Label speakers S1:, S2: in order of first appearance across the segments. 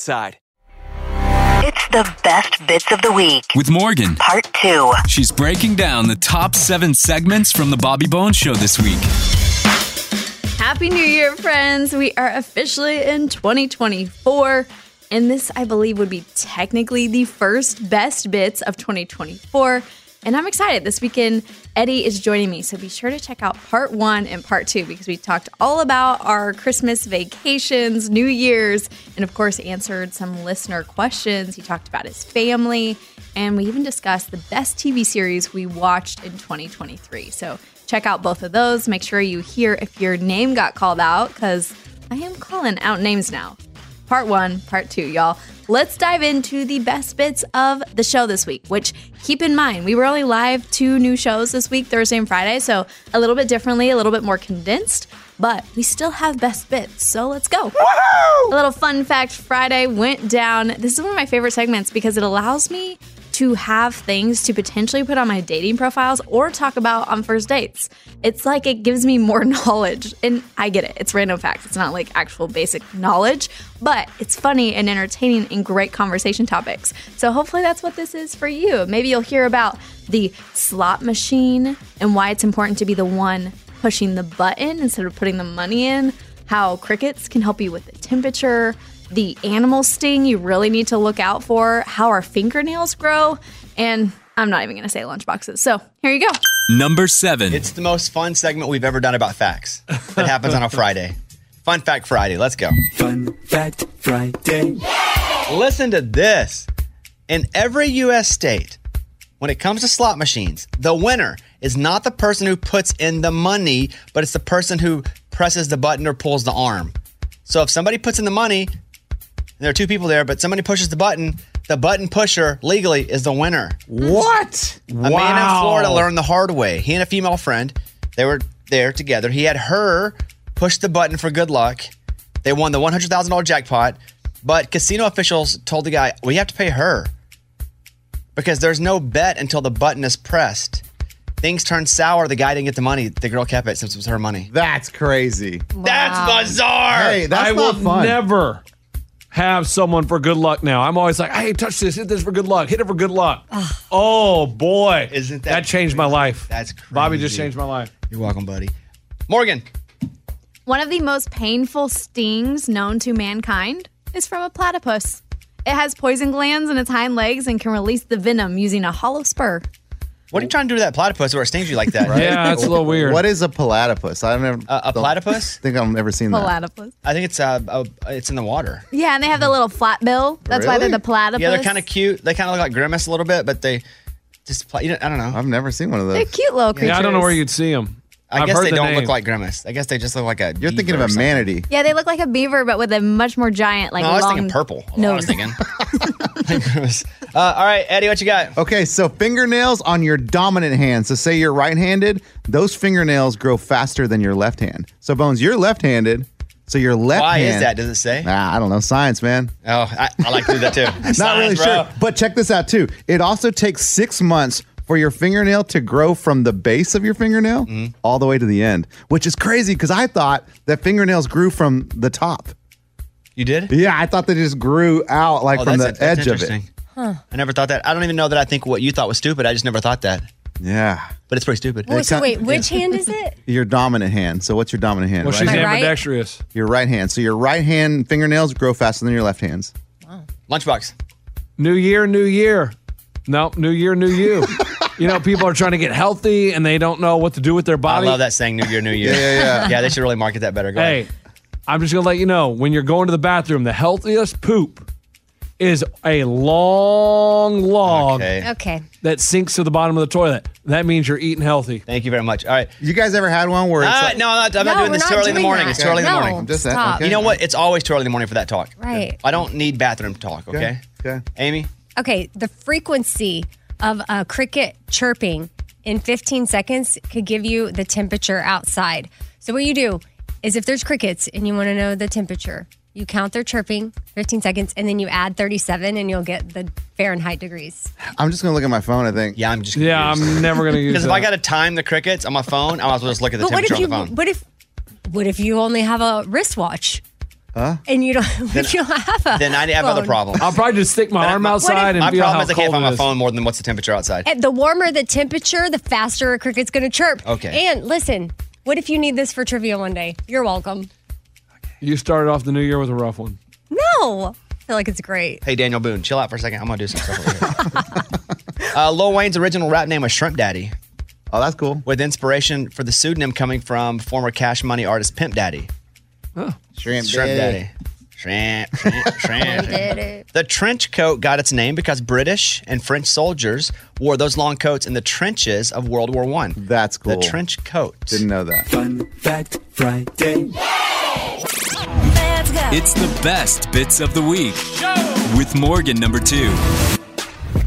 S1: Side.
S2: It's the best bits of the week.
S3: with Morgan.
S2: Part two.
S3: She's breaking down the top seven segments from the Bobby Bones show this week.
S4: Happy New Year, friends. We are officially in 2024. And this, I believe, would be technically the first best bits of 2024. And I'm excited. This weekend, Eddie is joining me. So be sure to check out part one and part two because we talked all about our Christmas vacations, New Year's, and of course, answered some listener questions. He talked about his family. And we even discussed the best TV series we watched in 2023. So check out both of those. Make sure you hear if your name got called out because I am calling out names now. Part one, part two, y'all. Let's dive into the best bits of the show this week, which keep in mind, we were only live two new shows this week, Thursday and Friday. So a little bit differently, a little bit more condensed, but we still have best bits. So let's go. A little fun fact Friday went down. This is one of my favorite segments because it allows me to have things to potentially put on my dating profiles or talk about on first dates. It's like it gives me more knowledge. And I get it, it's random facts, it's not like actual basic knowledge, but it's funny and entertaining and great conversation topics. So hopefully that's what this is for you. Maybe you'll hear about the slot machine and why it's important to be the one pushing the button instead of putting the money in, how crickets can help you with the temperature the animal sting you really need to look out for, how our fingernails grow, and I'm not even going to say lunchboxes. So here you go.
S3: Number seven.
S5: It's the most fun segment we've ever done about facts. That happens on a Friday. Fun Fact Friday. Let's go. Fun Fact Friday. Listen to this. In every U.S. state, when it comes to slot machines, the winner is not the person who puts in the money, but it's the person who presses the button or pulls the arm. So if somebody puts in the money, and there are two people there, but somebody pushes the button, the button pusher legally is the winner.
S6: What?
S5: A man in Florida learned the hard way. He and a female friend, they were there together. He had her push the button for good luck. They won the $100,000 jackpot, but casino officials told the guy, "We have to pay her because there's no bet until the button is pressed." Things turned sour. The guy didn't get the money. The girl kept it since it was her money.
S6: That's crazy.
S5: That's bizarre.
S6: Hey, that's
S7: I
S6: not
S7: will
S6: fun.
S7: never have someone for good luck now. I'm always like, hey, touch this, hit this for good luck, hit it for good luck. oh boy.
S5: Isn't that
S7: changed my life.
S5: That's crazy.
S7: Bobby just changed my life.
S5: You're welcome, buddy. Morgan,
S4: One of the most painful stings known to mankind is from a platypus. It has poison glands in its hind legs and can release the venom using a hollow spur.
S5: what are you trying to do to that platypus where it stings you like that?
S7: Yeah, that's a little weird.
S6: What is a platypus? I've never
S5: A- a
S6: don't
S5: platypus?
S6: Think I've never seen that.
S4: Platypus.
S5: I think it's uh, uh, it's in the water.
S4: Yeah, and they have the little flat bill. That's why
S6: Really?
S4: they're the platypus.
S5: Yeah, they're kind of cute. They kind of look like grimace a little bit, but they just play. You know, I don't know.
S6: I've never seen one of those.
S4: They're cute little creatures.
S7: Yeah, I don't know where you'd see him.
S5: I
S7: I've
S5: guess
S7: heard
S5: they
S7: the
S5: don't
S7: name.
S5: look like grimace. I guess they just look like a.
S6: You're thinking of
S5: beaver or
S6: a
S5: something.
S6: manatee.
S4: Yeah, they look like a beaver, but with a much more giant, like
S5: No, I was
S4: long.
S5: thinking purple. No, I
S4: nose.
S5: was thinking. Like grimace. uh, all right, Eddie, what you got?
S6: Okay, so fingernails on your dominant hand. So say you're right-handed, those fingernails grow faster than your left hand. So Bones, you're left-handed. So your left
S5: Why
S6: hand.
S5: is that? Does it say?
S6: Nah, I don't know. Science, man.
S5: Oh, I, I like to do that too.
S6: Not really
S5: Signs,
S6: sure.
S5: bro.
S6: But check this out too. It also takes six months for your fingernail to grow from the base of your fingernail
S5: Mm-hmm.
S6: all the way to the end, which is crazy because I thought that fingernails grew from the top.
S5: You did?
S6: Yeah, I thought they just grew out like
S5: Oh,
S6: from the
S5: that's- that's
S6: edge of it.
S5: interesting. I never thought that. I don't even know that I think what you thought was stupid. I just never thought that.
S6: Yeah.
S5: But it's pretty stupid.
S8: Wait, so wait, which hand is it?
S6: Your dominant hand. So what's your dominant hand?
S7: Well,
S6: Right
S7: she's
S6: hand.
S8: My right?
S7: ambidextrous.
S6: Your right hand. So your right hand fingernails grow faster than your left hands.
S5: Lunchbox.
S7: New year, new year. No, new year, new you. you know, people are trying to get healthy and they don't know what to do with their body.
S5: I love that saying, New Year, New Year.
S7: Yeah, yeah, yeah.
S5: yeah, they should really market that better. Go
S7: Hey, I'm just gonna let you know when you're going to the bathroom, the healthiest poop is a long log
S8: Okay.
S7: that sinks to the bottom of the toilet. That means you're eating healthy.
S5: Thank you very much. All right.
S6: You guys ever had one where
S7: it's
S5: Ah,
S7: like-
S5: no, I'm not, I'm
S8: No,
S5: not doing
S8: we're
S5: this too
S8: not
S5: early in the
S8: doing
S5: morning.
S8: that.
S5: It's too early in the
S8: No,
S5: morning.
S8: Just that, stop. okay.
S5: You know what? It's always too early in the morning for that talk.
S8: Right.
S5: I don't need bathroom talk, okay?
S6: Okay.
S5: Amy?
S8: Okay. The frequency of a cricket chirping in 15 seconds could give you the temperature outside. So what you do is if there's crickets and you want to know the temperature, you count their chirping 15 seconds and then you add 37 and you'll get the Fahrenheit degrees.
S6: I'm just gonna look at my phone. I think.
S5: Yeah, I'm just.
S7: Yeah, I'm never gonna use.
S5: Because if I
S7: that.
S5: got to time the crickets on my phone, I might as well just look at the
S8: but what if
S5: temperature
S8: you
S5: on the phone.
S8: what if what if you only have a wristwatch
S6: Huh?
S8: and you don't you don't have a
S5: Then I have other
S8: phone?
S5: problems.
S7: I'll probably just stick my arm outside and
S5: my
S7: feel
S5: problem
S7: how
S5: is I can't
S7: cold
S5: find
S7: it
S5: my
S7: is.
S5: phone more than what's the temperature outside.
S8: And the warmer the temperature, the faster a cricket's going to chirp.
S5: Okay.
S8: And listen, what if you need this for trivia one day? You're welcome.
S7: You started off the new year with a rough one.
S8: No, I feel like it's great.
S5: Hey, Daniel Boone, chill out for a second. I'm gonna do some stuff over here. uh, Lil Wayne's original rap name was Shrimp Daddy.
S6: Oh, that's cool.
S5: With inspiration for the pseudonym coming from former Cash Money artist Pimp Daddy.
S6: Shrimp,
S5: Daddy. Shrimp, shrimp, shrimp.
S8: did it.
S5: The trench coat got its name because British and French soldiers wore those long coats in the trenches of World War One.
S6: That's cool.
S5: The trench coat.
S6: Didn't know that.
S5: Fun fact Friday.
S3: It's the best bits of the week with Morgan number two.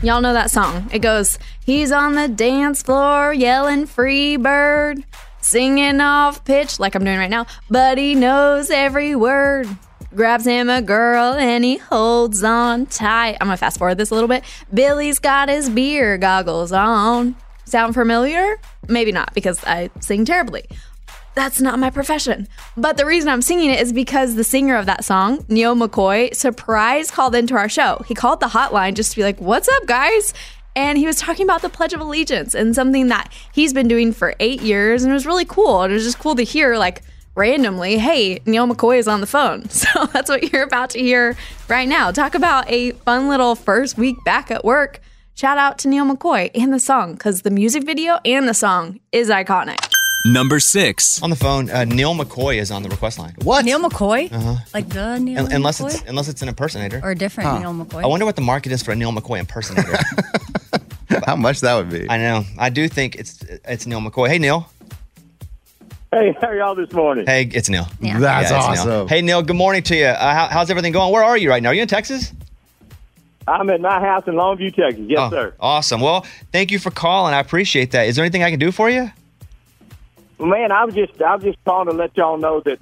S4: Y'all know that song. It goes, He's on the dance floor yelling free bird, singing off pitch like I'm doing right now, but he knows every word. Grabs him a girl and he holds on tight. I'm gonna fast forward this a little bit. Billy's got his beer goggles on. Sound familiar? Maybe not because I sing terribly. That's not my profession. But the reason I'm singing it is because the singer of that song, Neil McCoy, surprise called into our show. He called the hotline just to be like, What's up, guys? And he was talking about the Pledge of Allegiance and something that he's been doing for eight years. And it was really cool. And it was just cool to hear, like, randomly, hey, Neil McCoy is on the phone. So that's what you're about to hear right now. Talk about a fun little first week back at work. Shout out to Neil McCoy and the song, because the music video and the song is iconic.
S3: Number six.
S5: On the phone, uh, Neil McCoy is on the request line.
S6: What?
S8: Neil McCoy?
S5: Uh-huh.
S8: Like the Neil
S5: Un- unless
S8: McCoy?
S5: it's unless it's an impersonator
S8: Or a different Neil McCoy?
S5: I wonder what the market is for a Neil McCoy impersonator.
S6: How much that would be?
S5: I know. I do think it's it's Neil McCoy. Hey Neil.
S9: Hey, how are y'all this morning?
S5: Hey, it's Neil.
S6: Yeah. That's
S5: it's Neil.
S6: awesome.
S5: Hey Neil, good morning to you. Uh, how, how's everything going? Where are you right now? Are you in Texas?
S9: I'm at my house in Longview, Texas. Yes,
S5: Oh,
S9: sir.
S5: Awesome. Well, thank you for calling. I appreciate that. Is there anything I can do for you?
S9: Man, I was just I was just calling to let y'all know that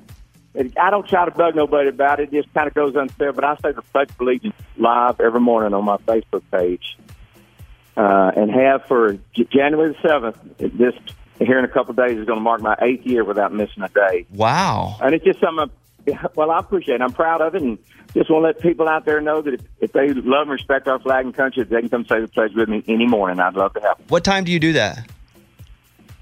S9: and I don't try to bug nobody about it. It just kind of goes unfair, but I say the Pledge of Allegiance live every morning on my Facebook page, uh, and have for J- January the seventh. This here in a couple of days is going to mark my eighth year without missing a day.
S5: Wow.
S9: And it's just something. I, well, I appreciate it. I'm proud of it, and just want to let people out there know that if, if they love and respect our flag and country, they can come say the pledge with me any morning. I'd love to have. Them.
S5: What time do you do that?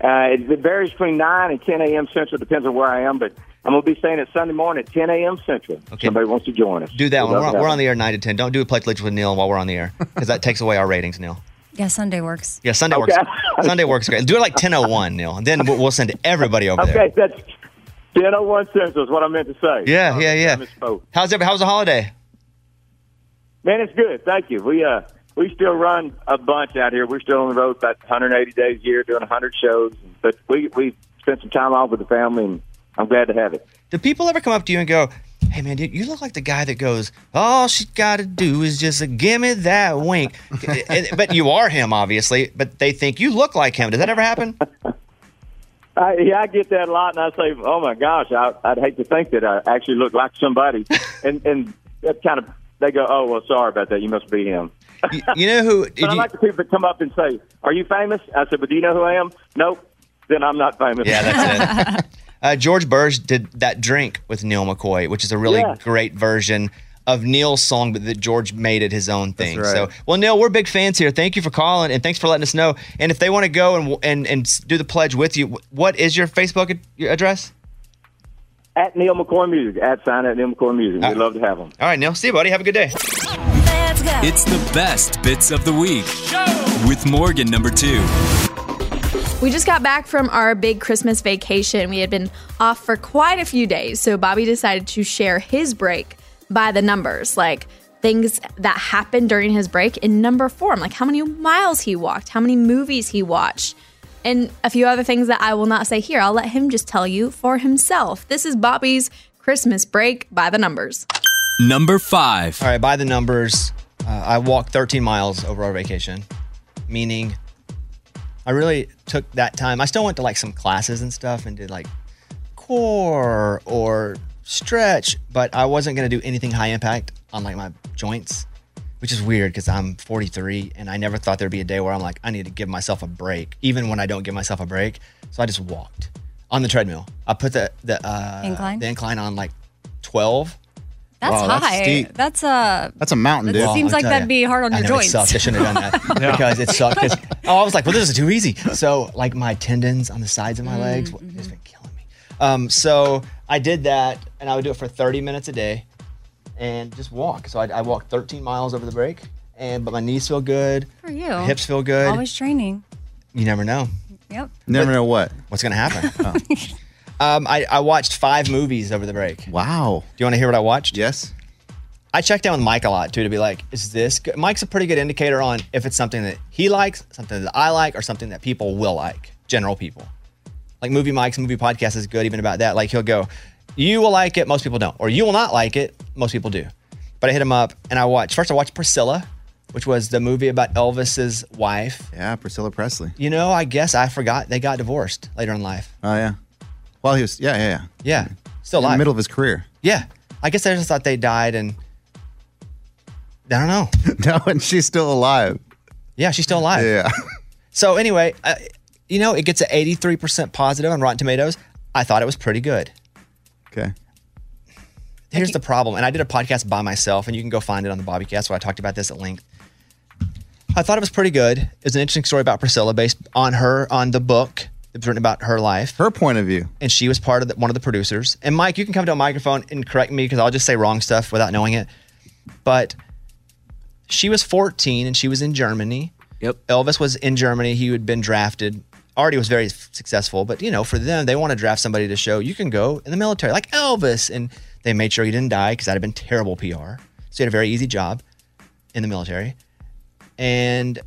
S9: Uh, it it varies between 9 and 10 a.m. Central, depends on where I am, but I'm going to be staying at Sunday morning at 10 a.m. Central. Okay. Somebody wants to join us.
S5: Do that
S9: We'd
S5: one. We're
S9: love
S5: on,
S9: to
S5: we're
S9: have
S5: on the air nine to ten. Don't do a pledge Allegiance with Neil while we're on the air because that takes away our ratings, Neil.
S8: yeah, Sunday works.
S5: Yeah, Sunday works. Sunday works great. Do it like ten oh one, Neil, and then we'll we'll send everybody over there.
S9: Okay, that's 1001 Central is what I meant to say.
S5: Yeah, yeah, yeah.
S9: I misspoke.
S5: How's every, How's the holiday?
S9: Man, it's good. Thank you. We uh we still run a bunch out here. We're still on the road about 180 days a year, doing 100 shows. But we we spent some time off with the family, and I'm glad to have it.
S5: Do people ever come up to you and go, "Hey, man, you- you look like the guy that goes, all she's got to do is just give me that wink." And- but you are him, obviously. But they think you look like him. Does that ever happen?
S9: I, yeah, I get that a lot, and I say, "Oh my gosh, I, I'd hate to think that I actually look like somebody." and and that kind of they go, "Oh well, sorry about that. You must be him."
S5: You, know who?
S9: but I like the people that come up and say, "Are you famous?" I said, "But do you know who I am?" Nope. Then I'm not famous.
S5: Yeah, that's it. Uh, George Burge did that drink with Neil McCoy, which is a really
S9: Yeah.
S5: great version of Neil's song, but that George made it his own thing. So, well, Neil, we're big fans here. Thank you for calling and thanks for letting us know. And if they want to go and and and s- do the pledge with you, wh- what is your Facebook ad- your address?
S9: At Neil McCoy Music, at sign at Neil McCoy Music.
S5: Uh,
S9: We'd love to have them.
S5: All right, Neil. See you, buddy. Have a good day.
S3: It's the best bits of the week with Morgan number two.
S4: We just got back from our big Christmas vacation. We had been off for quite a few days, so Bobby decided to share his break by the numbers, like things that happened during his break in number form, like how many miles he walked, how many movies he watched, and a few other things that I will not say here. I'll let him just tell you for himself. This is Bobby's Christmas break by the numbers.
S5: Number five. All right, by the numbers, uh, I walked 13 miles over our vacation, meaning I really took that time. I still went to like some classes and stuff and did like core or stretch, but I wasn't going to do anything high impact on like my joints, which is weird because I'm 43 and I never thought there'd be a day where I'm like, I need to give myself a break, even when I don't give myself a break. So I just walked on the treadmill. I put the, the, uh,
S8: Incline?
S5: the incline on like 12.
S8: That's high. That's, a.
S5: That's a mountain,
S8: That seems like that'd be hard on
S5: I
S8: your
S5: know,
S8: joints.
S5: It sucked. I shouldn't have done that because it sucked. 'cause- oh, I was like, well, this is too easy. So, like, my tendons on the sides of my legs
S8: Mm-hmm,
S5: has been killing me. Um, so I did that, and I would do it for 30 minutes a day, and just walk. So I, I walked 13 miles over the break, and but my knees feel good,
S8: For you.
S5: my hips feel good.
S8: Always training.
S5: You never know.
S8: Yep.
S5: Never know what. What's gonna happen? um, I, I watched five movies over the break. Wow. Do you want to hear what I watched? Yes. I checked in with Mike a lot too to be like, is this good? Mike's a pretty good indicator on if it's something that he likes, something that I like, or something that people will like, general people. Like movie Mike's movie podcast is good even about that. Like he'll go, you will like it, most people don't, or you will not like it, most people do. But I hit him up and I watched. First, I watched Priscilla, which was the movie about Elvis's wife. Yeah, Priscilla Presley. You know, I guess I forgot they got divorced later in life.
S6: Oh yeah. Well, he was. Yeah, yeah, yeah.
S5: Yeah, still
S6: in the
S5: alive.
S6: middle of his career.
S5: Yeah, I guess I just thought they died, and I don't know. no, and she's still alive. Yeah, she's still alive. Yeah. so anyway, uh, you know, it gets an eighty-three percent positive on Rotten Tomatoes. I thought it was pretty good. Okay. Here's the problem, and I did a podcast by myself, and you can go find it on the Bobbycast where I talked about this at length. I thought it was pretty good. It's an interesting story about Priscilla, based on her on the book that's written about her life, her point of view, and she was part of the, one of the producers. And Mike, you can come to a microphone and correct me because I'll just say wrong stuff without knowing it. But she was 14 and she was in Germany. Yep. Elvis was in Germany. He had been drafted. Already was very f- successful, but you know, for them, they want to draft somebody to show you can go in the military, like Elvis. And they made sure he didn't die because that had been terrible PR. So he had a very easy job in the military. And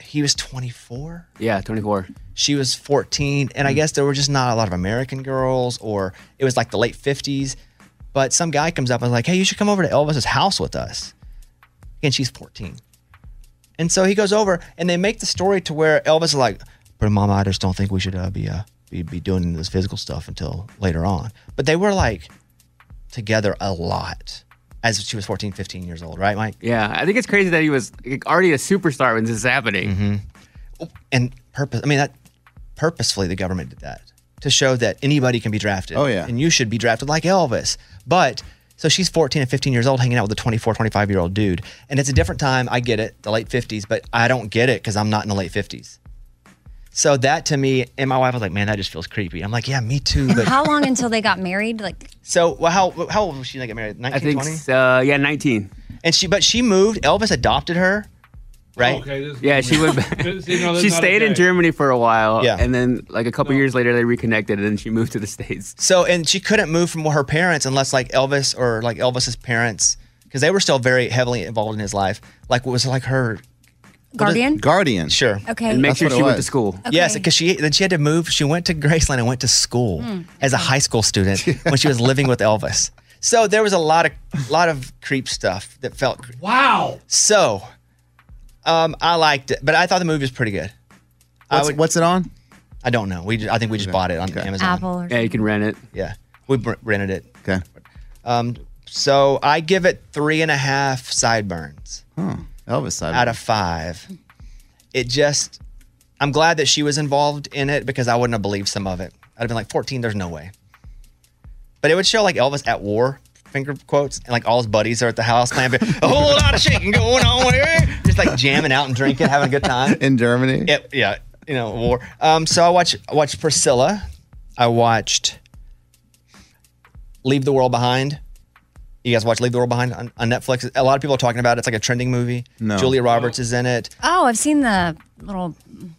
S5: he was 24.
S10: Yeah, 24.
S5: She was 14. And I guess there were just not a lot of American girls, or it was like the late 50s. But some guy comes up and is like, hey, you should come over to Elvis's house with us. Again, she's 14. And so he goes over, and they make the story to where Elvis is like, "But mama, I just don't think we should uh, be uh, be be doing this physical stuff until later on." But they were like together a lot as she was 14, 15 years old, right, Mike?
S10: Yeah, I think it's crazy that he was like, already a superstar when this is happening.
S5: Mm-hmm. And purpose, I mean, that purposefully the government did that to show that anybody can be drafted.
S6: Oh, yeah.
S5: And you should be drafted like Elvis. But so she's 14 and 15 years old hanging out with a 24, 25 year old dude. And it's a different time. I get it, the late 50s, but I don't get it because I'm not in the late 50s. So that to me, and my wife was like, man, that just feels creepy. I'm like, yeah, me too. But
S8: How long until they got married? Like
S5: so well, how how old was she when they got married? 19,
S10: I think,
S5: 20?
S10: uh, yeah, 19.
S5: And she, but she moved. Elvis adopted her, right?
S10: Okay, yeah, she went. she stayed in Germany for a while.
S5: Yeah.
S10: and then like a couple years later, they reconnected, and then she moved to the states.
S5: So, and she couldn't move from her parents unless like Elvis or like Elvis's parents, because they were still very heavily involved in his life. Like, what was like her
S8: Guardian?
S5: Guardian, sure.
S8: Okay. And make
S5: That's
S8: sure
S5: what it
S8: she went to
S5: was.
S10: school.
S5: Yes,
S8: Okay.
S5: because she then she had to move. She went to Graceland and went to school
S8: Hmm.
S5: as a high school student when she was living with Elvis. So there was a lot of lot of creep stuff that felt. Wow. So, um, I liked it, but I thought the movie was pretty good.
S6: What's-
S5: what's it on? I don't know. We ju- I think we just bought it on Amazon.
S8: Apple or Yeah,
S5: you can rent it. Yeah, we br- rented it. Okay. Um, so I give it three and a half sideburns.
S6: Oh,
S5: Elvis sideburns out of five. It just, I'm glad that she was involved in it because I wouldn't have believed some of it. I'd have been like 14. There's no way. But it would show like Elvis at war, finger quotes, and like all his buddies are at the house playing a whole lot of shaking going on here, just like jamming out and drinking, having a good time
S6: in Germany.
S5: It, yeah, you know, war. Um, so I watch I watched Priscilla. I watched Leave the World Behind. You guys watch Leave the World Behind on, on Netflix? A lot of people are talking about it. It's like a trending movie.
S6: No.
S5: Julia Roberts is in it.
S8: Oh, I've seen the little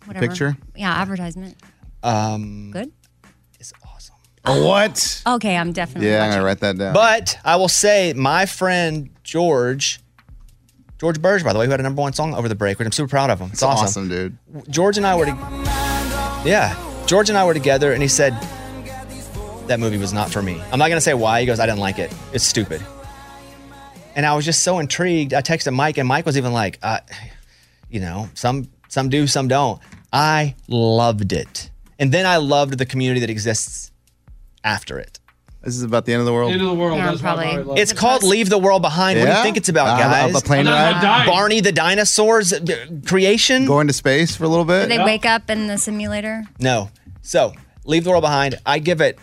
S8: whatever
S5: picture?
S8: Yeah, advertisement.
S5: Um,
S8: Good.
S5: what?
S8: Okay, I'm definitely.
S6: I'm gonna write that down.
S5: But I will say, my friend George, George Burge, by the way, who had a number one song over the break, which I'm super proud of him. It's
S6: That's
S5: awesome.
S6: awesome, dude.
S5: George and I were, to, yeah, George and I were together, and he said that movie was not for me. I'm not gonna say why. He goes, I didn't like it. It's stupid. And I was just so intrigued. I texted Mike, and Mike was even like, uh, you know, some some do, some don't. I loved it, and then I loved the community that exists after it.
S6: This is about the end of the world.
S5: End of the world.
S8: Yeah, that's probably.
S7: love
S5: It's called Leave the World Behind. What do
S6: Yeah?
S5: you think it's about,
S6: Uh,
S5: guys?
S6: about the plane About ride? dying.
S5: Barney the dinosaurs uh, d- creation.
S6: Going to space for a little bit.
S8: Did they wake up in the simulator?
S5: No. So Leave the World Behind. I give it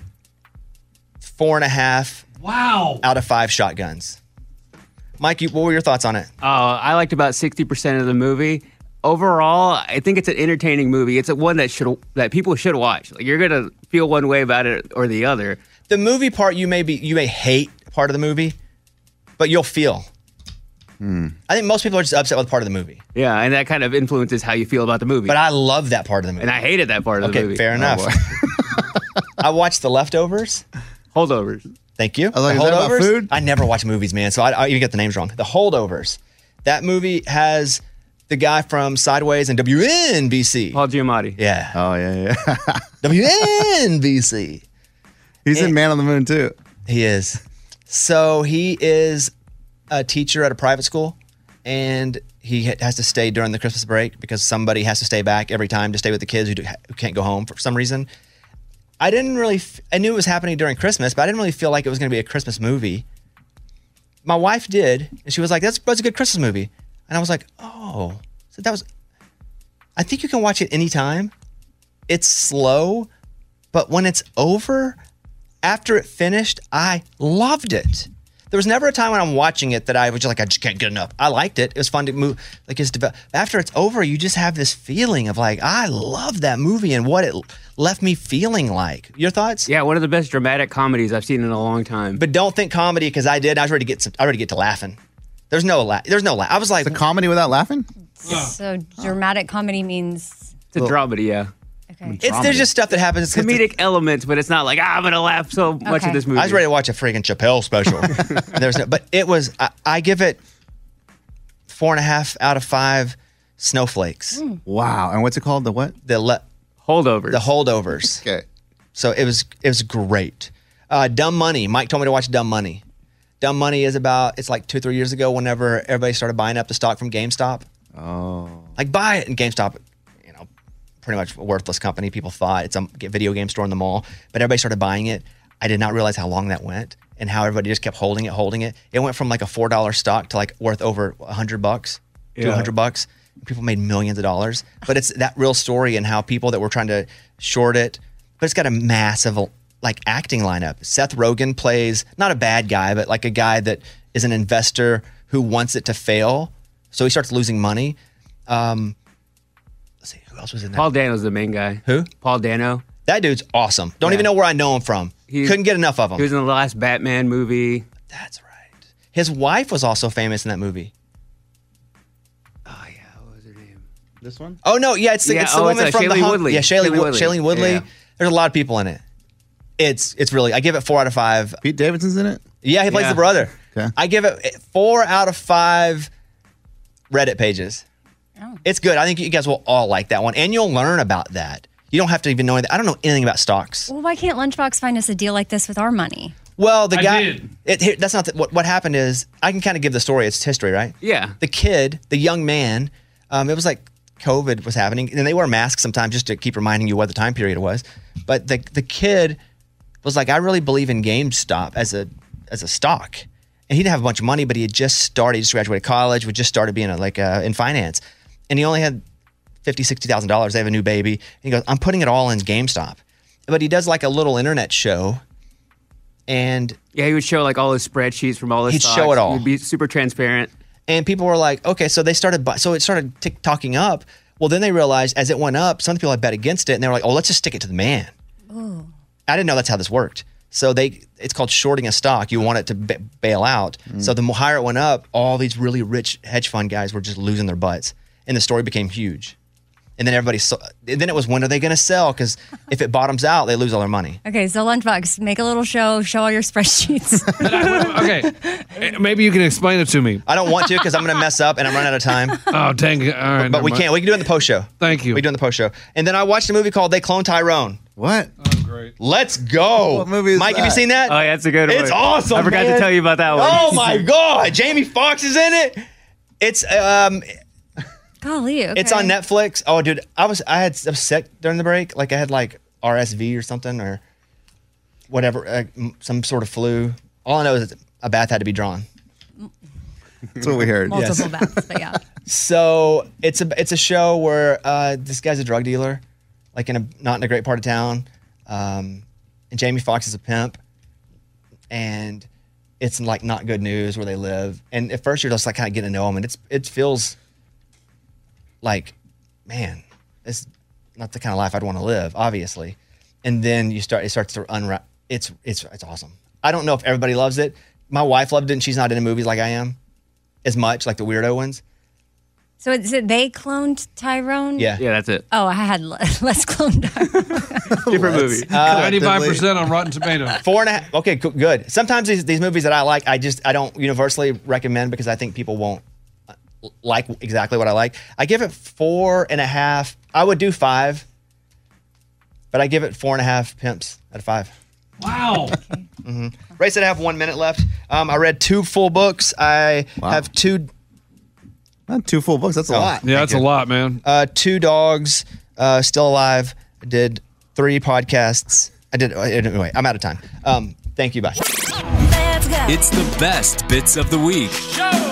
S5: four and a half.
S7: Wow.
S5: Out of five shotguns. Mike, you, what were your thoughts on it?
S10: Uh, I liked about sixty percent of the movie. Overall, I think it's an entertaining movie. It's a one that should that people should watch. Like you're gonna feel one way about it or the other.
S5: The movie part you may be you may hate part of the movie, but you'll feel. I think most people are just upset with part of the movie.
S10: Yeah, and that kind of influences how you feel about the movie. But
S5: I love that part of the movie.
S10: And I hated that part of
S5: Okay,
S10: the movie. Oh,
S5: fair enough. I watched The Leftovers.
S10: Holdovers.
S5: Thank you.
S10: like,
S5: the
S10: is that about
S5: holdovers.
S10: food?
S5: I never watch movies, man, so I, I even get the names wrong. The holdovers. That movie has the guy from Sideways and WNBC.
S10: Paul Giamatti.
S5: Yeah.
S6: Oh yeah, yeah.
S5: WNBC.
S6: He's in Man on the Moon too.
S5: He is. So he is a teacher at a private school, and he ha- has to stay during the Christmas break because somebody has to stay back every time to stay with the kids who, do, who can't go home for some reason. I didn't really. F- I knew it was happening during Christmas, but I didn't really feel like it was going to be a Christmas movie. My wife did, and she was like, "That's that's a good Christmas movie," and I was like, "Oh, so that was." I think you can watch it anytime. It's slow, but when it's over, after it finished, I loved it. There was never a time when I'm watching it that I was just like, I just can't get enough. I liked it. It was fun to move. Like it's develop. After it's over, you just have this feeling of like, I love that movie and what it left me feeling like. Your thoughts?
S10: Yeah, one of the best dramatic comedies I've seen in a long time.
S5: But don't think comedy because I did. I was ready to get. Some, I was ready to get to laughing. There's no laugh. There's no laugh. I was like, it's
S6: a comedy without laughing.
S8: So dramatic comedy means
S10: It's a dramedy, yeah.
S5: It's there's just stuff that happens.
S10: comedic elements, but it's not like ah, I'm gonna laugh so much
S5: of
S10: at this movie.
S5: I was ready to watch a freaking Chappelle special. And there's no, but it was. I, I give it four and a half out of five snowflakes.
S6: Wow. And what's it called? The what?
S5: The le-
S10: holdovers.
S5: The holdovers.
S6: okay.
S5: So it was it was great. Uh, Dumb Money. Mike told me to watch Dumb Money. Dumb Money is about it's like two three years ago whenever everybody started buying up the stock from GameStop.
S6: Oh.
S5: Like buy it and GameStop, you know, pretty much a worthless company. People thought it's a video game store in the mall, but everybody started buying it. I did not realize how long that went and how everybody just kept holding it, holding it. It went from like a four dollar stock to like worth over a hundred bucks,
S10: Yeah.
S5: two hundred bucks. People made millions of dollars, but it's that real story and how people that were trying to short it, but it's got a massive like acting lineup. Seth Rogen plays not a bad guy, but like a guy that is an investor who wants it to fail, so he starts losing money. Um, let's see who else was in that.
S10: Paul Dano's the main guy.
S5: Who?
S10: Paul Dano.
S5: That dude's awesome. Don't even know where I know him from. Couldn't get enough of him.
S10: He was in the last Batman movie.
S5: His wife was also famous in that movie.
S6: This one?
S5: Oh no, yeah, it's the,
S6: Yeah,
S5: it's the
S6: oh, it's,
S5: woman
S6: uh,
S5: from the
S6: Shailene
S5: Hung-
S6: Woodley.
S5: Yeah, Shailene,
S6: Shailene
S5: Wo-
S6: Woodley.
S5: Shailene Woodley.
S6: Yeah.
S5: There's a lot of people in it. It's it's really I give it four out of five.
S6: Pete Davidson's in it.
S5: Yeah, he plays
S6: Yeah.
S5: the brother.
S6: Okay.
S5: I give it four out of five Reddit pages. It's good. I think you guys will all like that one, and you'll learn about that. You don't have to even know anything. I don't know anything about stocks.
S8: well, why can't Lunchbox find us a deal like this with our money?
S5: Well, the
S8: I
S5: guy.
S8: did.
S5: It, here, that's not the, what. What happened is I can kind of give the story. It's history, right?
S10: Yeah.
S5: The kid, the young man. Um, it was like COVID was happening, and they wear masks sometimes just to keep reminding you what the time period was. But the the kid was like, I really believe in GameStop as a as a stock. And he didn't have a bunch of money, but he had just started, he just graduated college, would just started being a, like uh, in finance, and he only had fifty, sixty thousand dollars. They have a new baby, and he goes, I'm putting it all in GameStop. But he does like a little internet show, and
S10: yeah, he would show like all his spreadsheets from all his.
S5: He'd show
S10: stocks.
S5: it all.
S10: He'd be super transparent.
S5: And people were like, okay, so they started, bu- so it started tick tocking up. Well, then they realized as it went up, some people had bet against it, and they were like, oh, let's just stick it to the man. I didn't know that's how this worked. So they, it's called shorting a stock. You want it to b- bail out. So the mo- higher it went up, all these really rich hedge fund guys were just losing their butts, and the story became huge. And then everybody, saw, and then it was when are they going to sell? Because if it bottoms out, they lose all their money.
S8: Okay, so lunchbox, make a little show, show all your spreadsheets.
S7: Eh, Maybe you can explain it to me.
S5: I don't want to because I'm going to mess up and I'm running out of time.
S7: Oh, dang it. All right.
S5: but
S7: never
S5: we
S7: mind.
S5: can't. We can do it in the post show. Thank you. We do it in the post show. And then I watched a movie called They Clone Tyrone.
S6: What?
S5: Oh, great. Let's go. What movie
S10: is
S5: Mike, have you
S10: that?
S5: seen that?
S10: Oh, yeah, it's a good
S5: It's
S10: one.
S5: awesome.
S10: I forgot to
S5: man.
S10: tell you about that one.
S5: Oh, my God. Jamie Foxx is in it. It's um,
S8: Golly, okay.
S5: it's on Netflix. Oh, dude, I was I had I was sick during the break. Like I had like RSV or something or whatever, uh, m- some sort of flu. All I know is a bath had to be drawn.
S6: That's what we heard.
S8: Multiple baths, but yeah.
S5: So it's a it's a show where uh, this guy's a drug dealer, like in a not in a great part of town, um, and Jamie Foxx is a pimp, and it's like not good news where they live. And at first you're just like kind of getting to know him, and it's it feels like, man, it's not the kind of life I'd want to live, obviously. And then you start it starts to unwrap. It's it's it's awesome. I don't know if everybody loves it. My wife loved it, and she's not into movies like I am as much, like the weirdo ones.
S8: So it's they cloned Tyrone?
S5: Yeah, that's it.
S8: Oh, I had le- less cloned.
S5: Different movie.
S7: Uh, Ninety-five percent on Rotten Tomatoes.
S5: Four and a half. Okay, co- good. Sometimes these, these movies that I like, I just I don't universally recommend because I think people won't uh, l- like exactly what I like. I give it four and a half. I would do five, but I give it four and a half pimps out of five.
S7: Wow.
S5: hmm Ray said I have one minute left. Um, I read two full books. I have two.
S6: Not two full books. That's a lot.
S7: Yeah, that's a lot, man.
S5: Uh, two dogs, uh, still alive. I did three podcasts. I did. uh, Anyway, I'm out of time. Um, thank you. Bye.
S3: It's the best bits of the week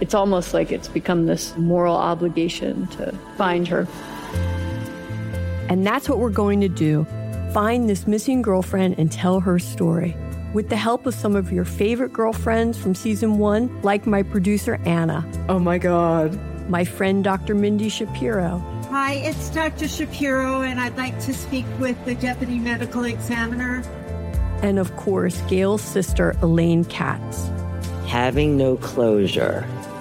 S11: It's almost like it's become this moral obligation to find her.
S12: And that's what we're going to do find this missing girlfriend and tell her story. With the help of some of your favorite girlfriends from season one, like my producer, Anna. Oh my God. My friend, Dr. Mindy Shapiro.
S13: Hi, it's Dr. Shapiro, and I'd like to speak with the deputy medical examiner.
S12: And of course, Gail's sister, Elaine Katz.
S14: Having no closure,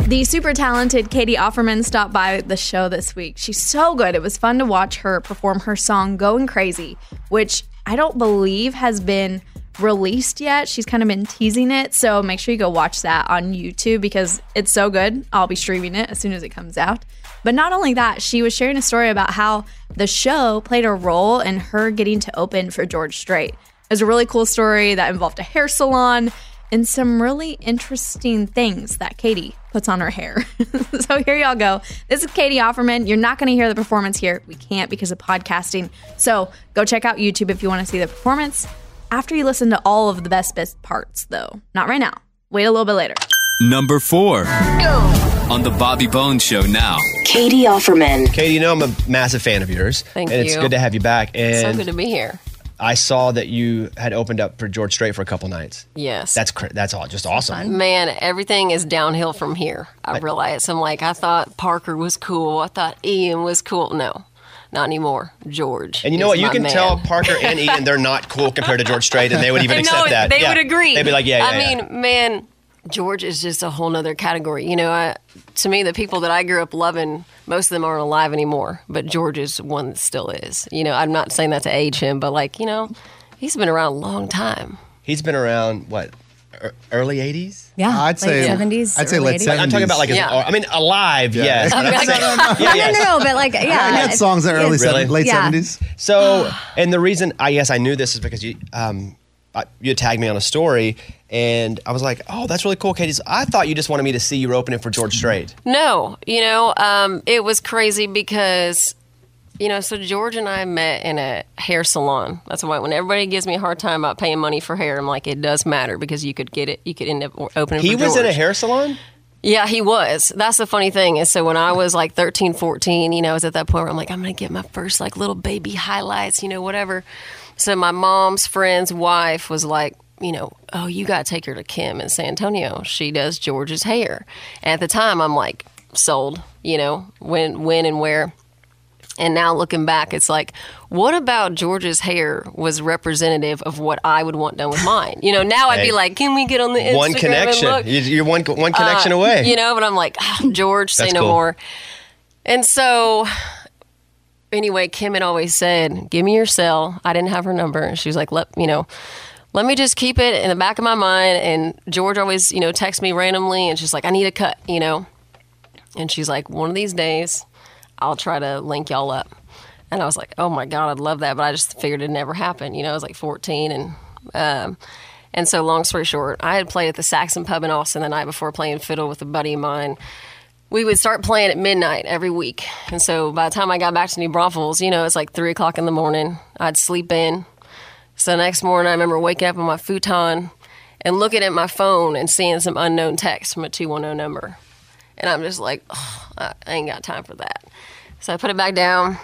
S4: The super talented Katie Offerman stopped by the show this week. She's so good. It was fun to watch her perform her song Going Crazy, which I don't believe has been released yet. She's kind of been teasing it. So make sure you go watch that on YouTube because it's so good. I'll be streaming it as soon as it comes out. But not only that, she was sharing a story about how the show played a role in her getting to open for George Strait. It was a really cool story that involved a hair salon and some really interesting things that Katie puts on her hair. so here y'all go. This is Katie Offerman. You're not going to hear the performance here. We can't because of podcasting. So go check out YouTube if you want to see the performance. After you listen to all of the best best parts, though, not right now. Wait a little bit later.
S3: Number four on the Bobby Bones Show now.
S5: Katie Offerman. Katie, you know I'm a massive fan of yours.
S15: Thank
S5: and it's
S15: you.
S5: good to have you back. And
S15: so good to be here.
S5: I saw that you had opened up for George Strait for a couple nights.
S15: Yes.
S5: That's cr- that's all just awesome.
S15: Man, everything is downhill from here. I realize. I'm like, I thought Parker was cool. I thought Ian was cool. No, not anymore. George.
S5: And you know
S15: is
S5: what? You
S15: my
S5: can
S15: man.
S5: tell Parker and Ian they're not cool compared to George Strait, and they would even
S15: And
S5: accept
S15: no,
S5: that.
S15: They
S5: Yeah.
S15: would agree.
S5: They'd be like, yeah, yeah.
S15: I
S5: yeah.
S15: mean, man, George is just a whole nother category. You know, I, to me, the people that I grew up loving, most of them aren't alive anymore, but George is one that still is. You know, I'm not saying that to age him, but like, you know, he's been around a long time.
S5: He's been around what? ear- Early 80s?
S8: Yeah, I'd late say- 70s, I'd say early late 80s.
S5: I'm talking about like, as-
S8: Yeah.
S5: I mean, alive, yes.
S8: Oh,
S5: but I'm
S8: like-
S5: saying-
S8: No, no, no, no, but like, yeah, Yeah, he had it's- songs in the early it's- seven- late yeah. 70s.
S5: So, and the reason I guess I knew this is because you, um, I, you had tagged me on a story, and I was like, oh, that's really cool, Katie. I thought you just wanted me to see you open it for George Strait.
S15: No, you know, um, it was crazy because, you know, so George and I met in a hair salon. That's why when everybody gives me a hard time about paying money for hair, I'm like, it does matter because you could get it, you could end up opening.
S5: He
S15: for
S5: was in a
S15: George.
S5: hair salon?
S15: Yeah, he was. That's the funny thing is, so when I was like 13, 14, you know, I was at that point where I'm like, I'm gonna get my first like little baby highlights, you know, whatever. So my mom's friend's wife was like, you know, oh, you gotta take her to Kim in San Antonio. She does George's hair. And at the time, I'm like, sold. You know, when, when, and where. And now looking back, it's like, what about George's hair was representative of what I would want done with mine? You know, now I'd
S5: Hey.
S15: be like, can we get on the Instagram
S5: one
S15: and
S5: connection.
S15: look?
S5: You- You're one, one connection
S15: Uh,
S5: away.
S15: You know, but I'm like, "Ah, George, say
S5: That's
S15: no
S5: cool.
S15: more. And so, anyway, Kim had always said, "Give me your cell." I didn't have her number, and she was like, "Let you know." Let me just keep it in the back of my mind. And George always, you know, texts me randomly and she's like, I need a cut, you know? And she's like, one of these days, I'll try to link y'all up. And I was like, oh my God, I'd love that. But I just figured it never happened. You know, I was like 14. And, um, and so, long story short, I had played at the Saxon Pub in Austin the night before playing fiddle with a buddy of mine. We would start playing at midnight every week. And so, by the time I got back to New Braunfels, you know, it's like three o'clock in the morning. I'd sleep in. So, the next morning, I remember waking up on my futon and looking at my phone and seeing some unknown text from a 210 number. And I'm just like, "Ugh, I I ain't got time for that. So I put it back down.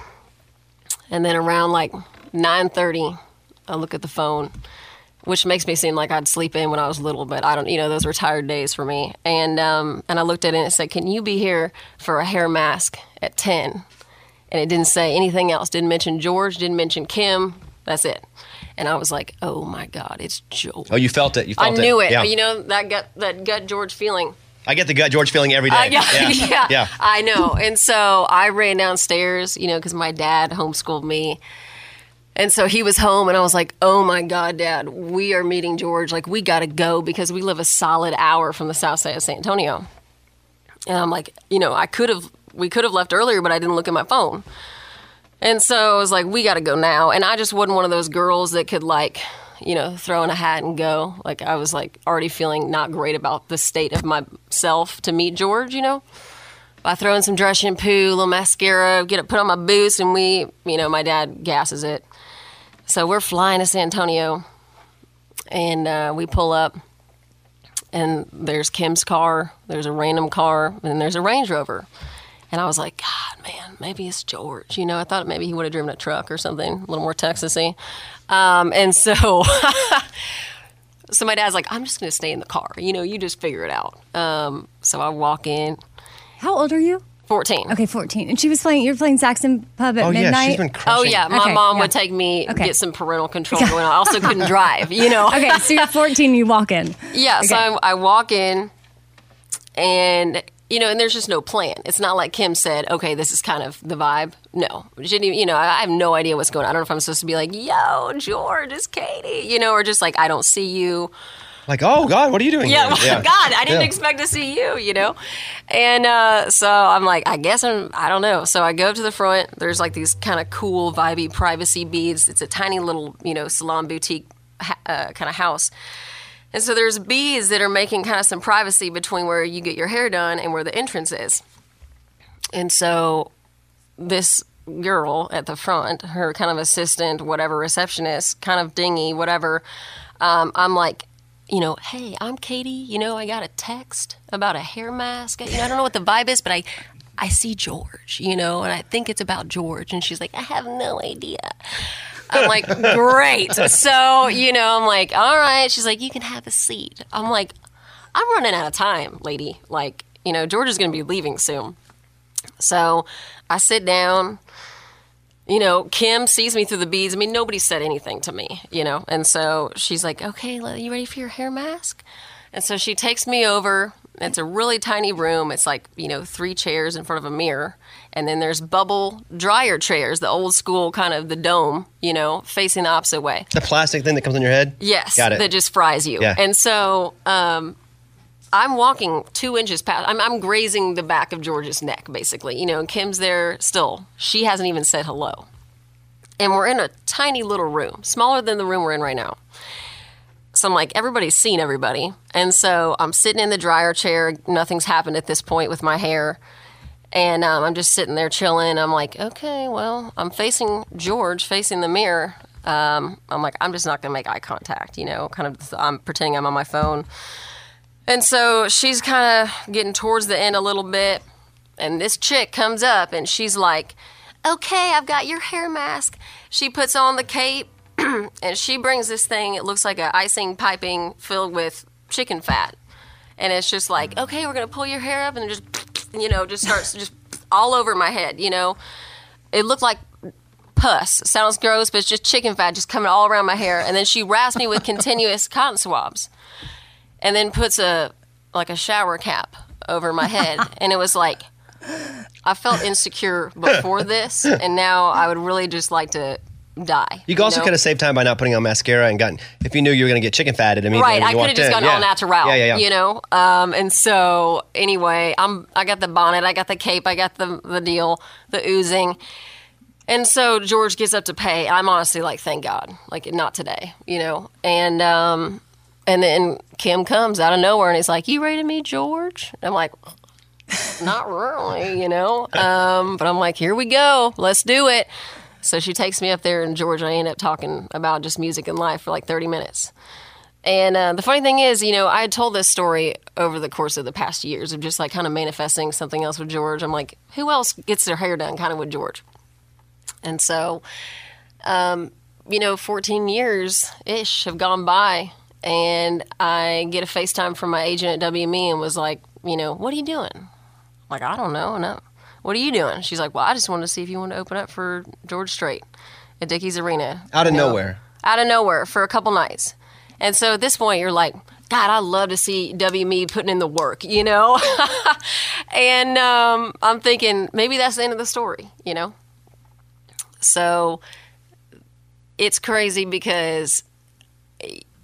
S15: And then around like 9:30, I look at the phone, which makes me seem like I'd sleep in when I was little, but I don't, you know, those were tired days for me. And um, and I looked at it and it said, "Can you be here for a hair mask at 10?" And it didn't say anything else. Didn't mention George. Didn't mention Kim. That's it. And I was like, "Oh my God, it's George."
S5: Oh, you felt it. You
S15: I
S5: felt
S15: knew it.
S5: Yeah.
S15: You know that gut that gut George feeling.
S5: I get the gut George feeling every day.
S15: Uh, yeah,
S5: yeah.
S15: yeah,
S5: Yeah.
S15: I know. And so I ran downstairs, you know, because my dad homeschooled me. And so he was home, and I was like, oh my God, Dad, we are meeting George. Like, we got to go because we live a solid hour from the south side of San Antonio. And I'm like, you know, I could have, we could have left earlier, but I didn't look at my phone. And so I was like, we got to go now. And I just wasn't one of those girls that could, like, you know, throw in a hat and go. Like, I was like already feeling not great about the state of myself to meet George, you know? I throw in some dress shampoo, a little mascara, get it put on my boots, and we, you know, my dad gasses it. So we're flying to San Antonio, and uh, we pull up, and there's Kim's car, there's a random car, and then there's a Range Rover. And I was like, God, man, maybe it's George. You know, I thought maybe he would have driven a truck or something, a little more Texasy. Um, and so, so my dad's like, I'm just going to stay in the car. You know, you just figure it out. Um, so I walk in.
S8: How old are you?
S15: 14.
S8: Okay, 14. And she was playing, you're playing Saxon Pub at
S15: Oh, yeah, she's
S8: midnight?
S15: been crushing Oh, yeah, my mom would take me, get some parental control going on. Oh, I also couldn't drive, you know.
S8: okay, so you're 14, you walk in.
S15: Yeah, so
S8: Okay.
S15: I, I walk in, and you know, and there's just no plan. It's not like Kim said, "Okay, this is kind of the vibe." No, she didn't even- you know, I I have no idea what's going on. I don't know if I'm supposed to be like, "Yo, George, it's Katie," you know, or just like, "I don't see you."
S5: Like, oh God, what are you doing?
S15: Yeah,
S5: here?
S15: God, I didn't
S5: Yeah.
S15: expect to see you, you know? And uh, so I'm like, I guess I'm, I don't know. So I go up to the front. There's like these kind of cool, vibey privacy beads. It's a tiny little, you know, salon boutique ha- uh, kind of house. And so there's beads that are making kind of some privacy between where you get your hair done and where the entrance is. And so this girl at the front, her kind of assistant, whatever receptionist, kind of dingy, whatever. Um, I'm like, you know, hey, I'm Katie. You know, I got a text about a hair mask. You know, I don't know what the vibe is, but I, I see George. You know, and I think it's about George. And she's like, I have no idea. I'm like, great. So you know, I'm like, all right. She's like, you can have a seat. I'm like, I'm running out of time, lady. Like, you know, George is going to be leaving soon. So I sit down. You know, Kim sees me through the beads. I mean, nobody said anything to me, you know? And so she's like, okay, Le- you ready for your hair mask? And so she takes me over. It's a really tiny room. It's like, you know, three chairs in front of a mirror. And then there's bubble dryer chairs, the old school kind of the dome, you know, facing the opposite way.
S5: The plastic thing that comes on your head.
S15: Yes,
S5: Got it.
S15: that just fries you.
S5: Yeah.
S15: And so um, I'm walking two inches past. I'm, I'm grazing the back of George's neck, basically. You know, and Kim's there still. She hasn't even said hello. And we're in a tiny little room, smaller than the room we're in right now. So I'm like, everybody's seen everybody. And so I'm sitting in the dryer chair. Nothing's happened at this point with my hair. And um, I'm just sitting there chilling. I'm like, okay, well, I'm facing George, facing the mirror. Um, I'm like, I'm just not going to make eye contact, you know, kind of, I'm pretending I'm on my phone. And so she's kind of getting towards the end a little bit. And this chick comes up and she's like, okay, I've got your hair mask. She puts on the cape and she brings this thing. It looks like a icing piping filled with chicken fat. And it's just like, okay, we're going to pull your hair up and just, you know, just starts just all over my head, you know. It looked like pus. Sounds gross, but it's just chicken fat just coming all around my hair. And then she wraps me with continuous cotton swabs and then puts a like a shower cap over my head and it was like i felt insecure before this and now i would really just like to die
S5: You also
S15: know?
S5: could have saved time by not putting on mascara and gotten if you knew you were going to get chicken fatted immediately.
S15: right
S5: when
S15: i
S5: you
S15: could have
S5: walked
S15: just
S5: in.
S15: gone
S5: yeah.
S15: all natural
S5: Yeah, yeah, yeah.
S15: you know um, and so anyway i'm i got the bonnet i got the cape i got the the deal the oozing and so george gets up to pay i'm honestly like thank god like not today you know and um and then kim comes out of nowhere and he's like you ready to meet george i'm like not really, you know. Um, but I'm like, here we go, let's do it. So she takes me up there, and George and I end up talking about just music and life for like 30 minutes. And uh, the funny thing is, you know, I had told this story over the course of the past years of just like kind of manifesting something else with George. I'm like, who else gets their hair done kind of with George? And so, um, you know, 14 years ish have gone by, and I get a FaceTime from my agent at WME and was like, you know, what are you doing? I'm like, I don't know, no. What are you doing? She's like, well, I just wanted to see if you want to open up for George Strait at Dickey's Arena
S5: Out of
S15: You know,
S5: nowhere.
S15: out of nowhere for a couple nights. And so at this point, you're like, God, I love to see W. Mead putting in the work, you know? and um, I'm thinking maybe that's the end of the story, you know? So it's crazy because,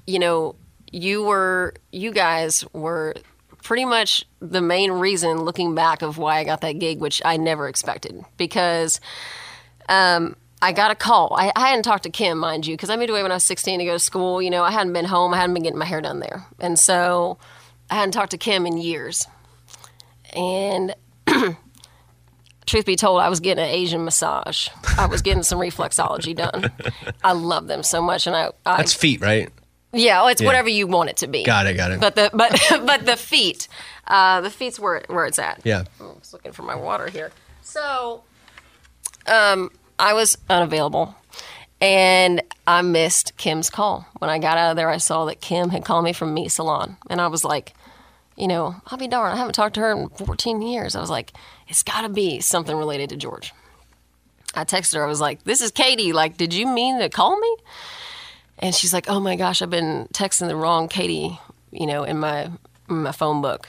S15: you know, you were, you guys were pretty much the main reason looking back of why I got that gig, which I never expected because um, I got a call. I, I hadn't talked to Kim, mind you, because I moved away when I was 16 to go to school. You know, I hadn't been home, I hadn't been getting my hair done there. And so I hadn't talked to Kim in years. And truth be told, I was getting an Asian massage, I was getting some reflexology done. I love them so much. And I, I
S16: That's feet, right?
S15: yeah, well, it's
S16: Yeah.
S15: whatever you want it to be.
S16: Got it, got it.
S15: But the but but the feet, uh, the feet's where it- where it's at.
S16: Yeah.
S15: Oh, I was looking for my water here. So, um, I was unavailable, and I missed Kim's call. When I got out of there, I saw that Kim had called me from Meet Salon, and I was like, you know, I'll be darned, I haven't talked to her in 14 years. I was like, it's got to be something related to George. I texted her. I was like, "This is Katie. Like, did you mean to call me?" And she's like, "Oh my gosh, I've been texting the wrong Katie, you know, in my in my phone book."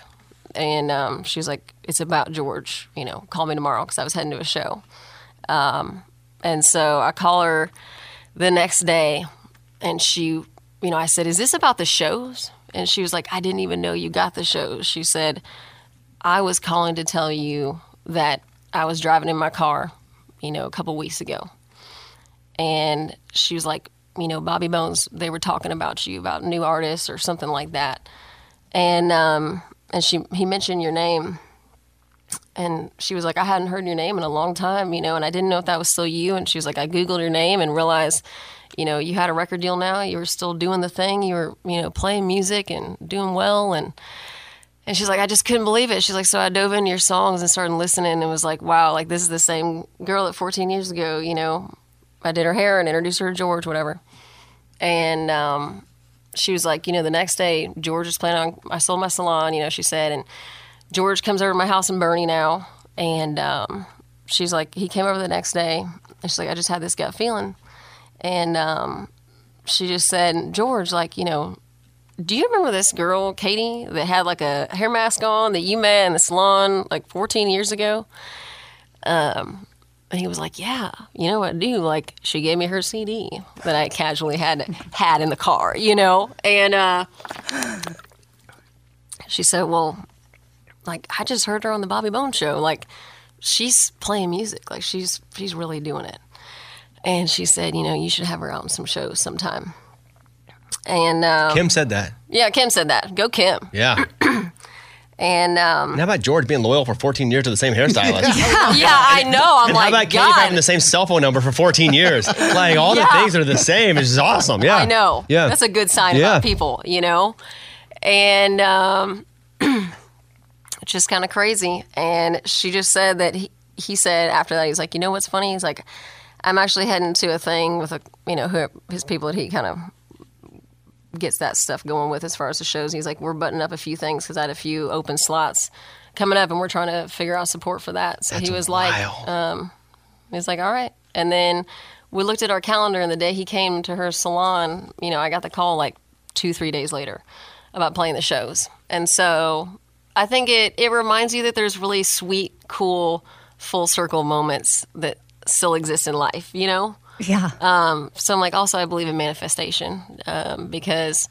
S15: And um, she was like, "It's about George, you know. Call me tomorrow because I was heading to a show." Um, and so I call her the next day, and she, you know, I said, "Is this about the shows?" And she was like, "I didn't even know you got the shows." She said, "I was calling to tell you that I was driving in my car, you know, a couple weeks ago." and she was like, you know, Bobby Bones, they were talking about you about new artists or something like that, and um, and she he mentioned your name, and she was like, I hadn't heard your name in a long time, you know, and I didn't know if that was still you, and she was like, I googled your name and realized, you know, you had a record deal now, you were still doing the thing, you were you know playing music and doing well, and and she's like, I just couldn't believe it. She's like, so I dove into your songs and started listening and was like, wow, like this is the same girl that 14 years ago, you know, I did her hair and introduced her to George, whatever. And um, she was like, you know, the next day, George is planning on, I sold my salon, you know, she said. And George comes over to my house in Bernie now. And um, she's like, he came over the next day. And she's like, I just had this gut feeling. And um, she just said, George, like, you know, do you remember this girl, Katie, that had like a hair mask on that you met in the salon like 14 years ago? Um, and he was like, Yeah, you know what, do Like, she gave me her CD that I casually had had in the car, you know? And uh, she said, Well, like, I just heard her on the Bobby Bone show. Like, she's playing music, like, she's she's really doing it. And she said, You know, you should have her out on some shows sometime. And um,
S16: Kim said that.
S15: yeah, Kim said that. Go Kim.
S16: Yeah.
S15: And um,
S16: And how about George being loyal for 14 years to the same hairstylist?
S15: yeah, I know. I'm
S16: Oh, and
S15: like,
S16: how about Katie
S15: God.
S16: having the same cell phone number for 14 years? like all the
S15: Yeah.
S16: things are the same. It's just awesome. Yeah.
S15: I know.
S16: Yeah.
S15: that's a good sign
S16: Yeah.
S15: about people, you know, and um, it's just kind of crazy. And she just said that he, he said after that he's like, you know what's funny? He's like, I'm actually heading to a thing with a you know who his people that he kind of gets that stuff going with as far as the shows. He's like, we're buttoning up a few things because I had a few open slots coming up, and we're trying to figure out support for that. So he was like, um, he was like, all right. And then we looked at our calendar, and the day he came to her salon, you know, I got the call like two, three days later about playing the shows. And so I think it it reminds you that there's really sweet, cool, full circle moments that still exist in life. You know.
S8: Yeah.
S15: Um, so I'm like, also, I believe in manifestation um, because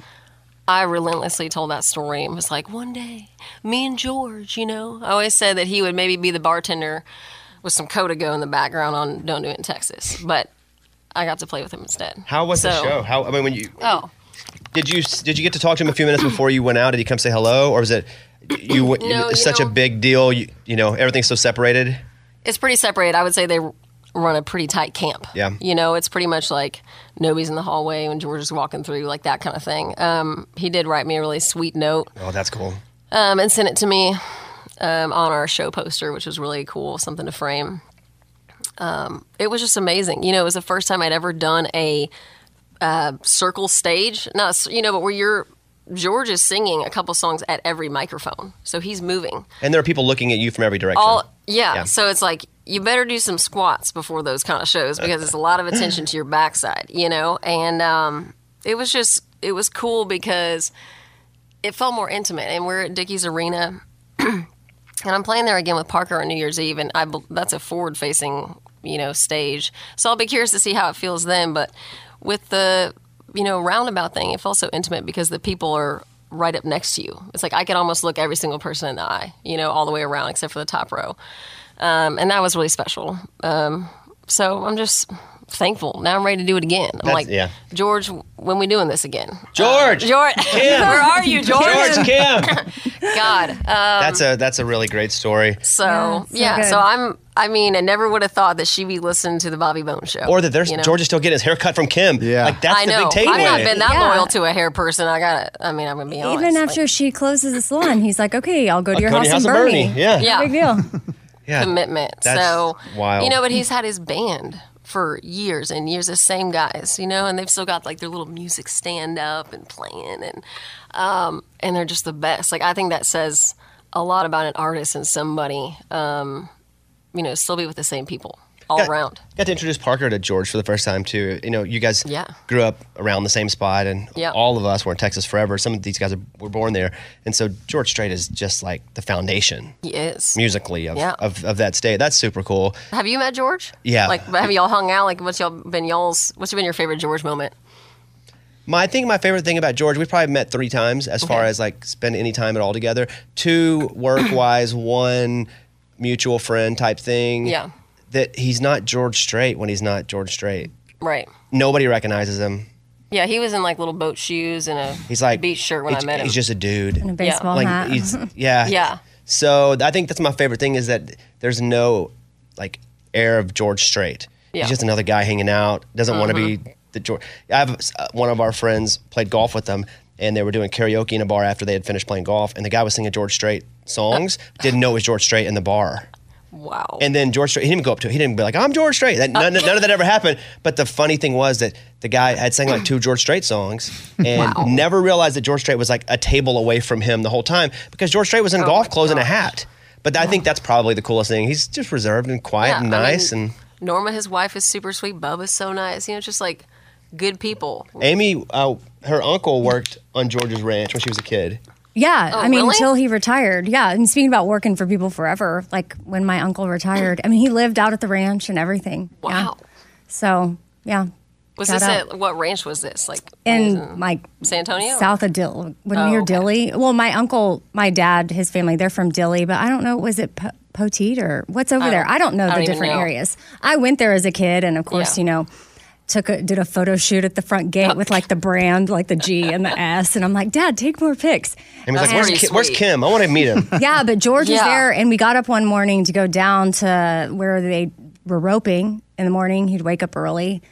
S15: I relentlessly told that story and was like, one day, me and George, you know, I always said that he would maybe be the bartender with some Go in the background on Don't Do It in Texas, but I got to play with him instead.
S16: How was the
S15: So-
S16: show? How I mean, when you
S15: Oh,
S16: did you did you get to talk to him a few minutes before you went out? Did he come say hello, or was it you? went-
S15: No, you
S16: it's such a
S15: know-
S16: big deal. You, you know, everything's so separated.
S15: it's pretty separate. I would say they run a pretty tight camp.
S16: Yeah.
S15: You know, it's pretty much like nobody's in the hallway when George is walking through, like that kind of thing. Um, he did write me a really sweet note
S16: Oh, that's cool.
S15: um, and sent it to me um, on our show poster, which was really cool, something to frame. Um, it was just amazing. You know, it was the first time I'd ever done a uh, circle stage. Not, s- you know, but where you're, George is singing a couple songs at every microphone. So he's moving.
S16: And there are people looking at you from every direction.
S15: All yeah,
S16: Yeah.
S15: So it's like you better do some squats before those kind of shows because it's a lot of attention to your backside, you know. And um, it was just it was cool because it felt more intimate. And we're at Dickey's Arena, and I'm playing there again with Parker on New Year's Eve, and I bel- that's a forward-facing, you know, stage. So I'll be curious to see how it feels then. But with the, you know, roundabout thing, it felt so intimate because the people are right up next to you. It's like I could almost look every single person in the eye, you know, all the way around except for the top row, um, and that was really special. Um, so I'm just thankful. Now I'm ready to do it again. I'm
S5: That's-
S15: like,
S5: yeah.
S15: George, when we doing this again?
S5: George!
S15: George,
S5: Kim!
S15: where are you, George?
S5: George, Kim!
S15: God, um,
S5: that's a that's a really great story.
S15: so yeah.
S5: Yeah, so
S15: So,
S5: good.
S15: I'm. I mean, I never would have thought that she'd be listening to the Bobby Bone show,
S5: Or that there's
S15: you know?
S5: George is still getting his haircut from Kim. Yeah, like that's
S15: I
S5: the
S15: know.
S5: big takeaway.
S15: I've not been that
S8: Yeah.
S15: loyal to a hair person. I got. to I mean, I'm gonna be honest.
S8: Even after she closes the salon, he's like, "Okay, I'll go to
S15: I'll
S8: your
S15: go
S8: house,
S15: to your
S8: and
S15: house
S8: burn
S15: and burn
S8: me."
S15: me. Yeah. Yeah.
S8: big deal.
S5: Yeah,
S15: commitment.
S5: that's
S15: so
S5: wild.
S15: You know, but he's had his band for years and years. The same guys, you know, and they've still got like their little music stand up and playing, and um, and they're just the best. Like I think that says a lot about an artist and somebody, um, you know, still be with the same people all
S5: Yeah.
S15: around.
S5: Got to introduce Parker to George for the first time too. You know, you guys
S15: Yeah.
S5: grew up around the same spot, and
S15: Yeah.
S5: all of us were in Texas forever. Some of these guys are, were born there, and so George Strait is just like the foundation
S15: He is.
S5: musically of,
S15: Yeah.
S5: of of that state. That's super cool.
S15: Have you met George?
S5: Yeah.
S15: Like, have y'all hung out? Like, what's y'all been y'all's? What's been your favorite George moment?
S5: My, I think my favorite thing about George, we've probably met three times as far as like spend any time at all together. Two work wise, one mutual friend type thing.
S15: Yeah.
S5: That he's not George Strait when he's not George Strait.
S15: Right.
S5: Nobody recognizes him.
S15: Yeah, he was in like little boat shoes and a
S5: He's like
S15: beach shirt when I
S5: he's-
S15: met him.
S5: He's just a dude.
S15: And a baseball
S5: like,
S15: hat.
S5: He's, yeah.
S15: Yeah.
S5: So I think that's my favorite thing is that there's no like air of George Strait.
S15: Yeah. Mm-hmm.
S5: He's just another guy hanging out. Doesn't want to be the George. I have uh, one of our friends played golf with them, and they were doing karaoke in a bar after they had finished playing golf, and the guy was singing George Strait songs. didn't know it was George Strait in the bar.
S15: Wow.
S5: And then George Strait, he didn't go up to it. He didn't be like, I'm George Strait. That, none, none of that ever happened. But the funny thing was that the guy had sang like two George Strait songs and never realized that George Strait was like a table away from him the whole time because George Strait was
S15: Oh
S5: in golf clothes and a hat. But I think that's probably the coolest thing. He's just reserved and quiet
S15: Yeah,
S5: and
S15: I mean,
S5: nice.
S15: Norma, his wife, is super sweet. Bubba's so nice. You know, just like good people.
S5: and Amy, uh, her uncle worked on George's ranch when she was a kid.
S8: Yeah,
S15: Oh,
S8: I mean,
S15: really?
S8: until he retired. Yeah, and speaking about working for people forever, like when my uncle retired, I mean, he lived out at the ranch and everything. Wow. So yeah,
S15: Was
S8: Shout
S15: this
S8: out.
S15: at what ranch was this? Like
S8: in like
S15: San Antonio?
S8: south of Dill, when
S15: Oh,
S8: near
S15: okay.
S8: Dilly. Well, my uncle, my dad, his family, they're from Dilly, but I don't know, was it po- Poteet or what's over
S17: I
S8: there?
S17: don't-
S8: I don't know
S17: I don't
S8: the
S17: even
S8: different
S17: know.
S8: areas. I went there as a kid, and of course,
S17: Yeah.
S8: you know. Took a, did a photo shoot at the front
S17: Oh.
S8: gate with like the brand, like the G and the S, and I'm like, Dad, take more pics.
S5: And he was like, where's,
S8: And-
S5: Ki- where's Kim? I want to meet him.
S8: yeah, but George was
S5: Yeah.
S8: there, and we got up one morning to go down to where they were roping in the morning. He'd wake up early,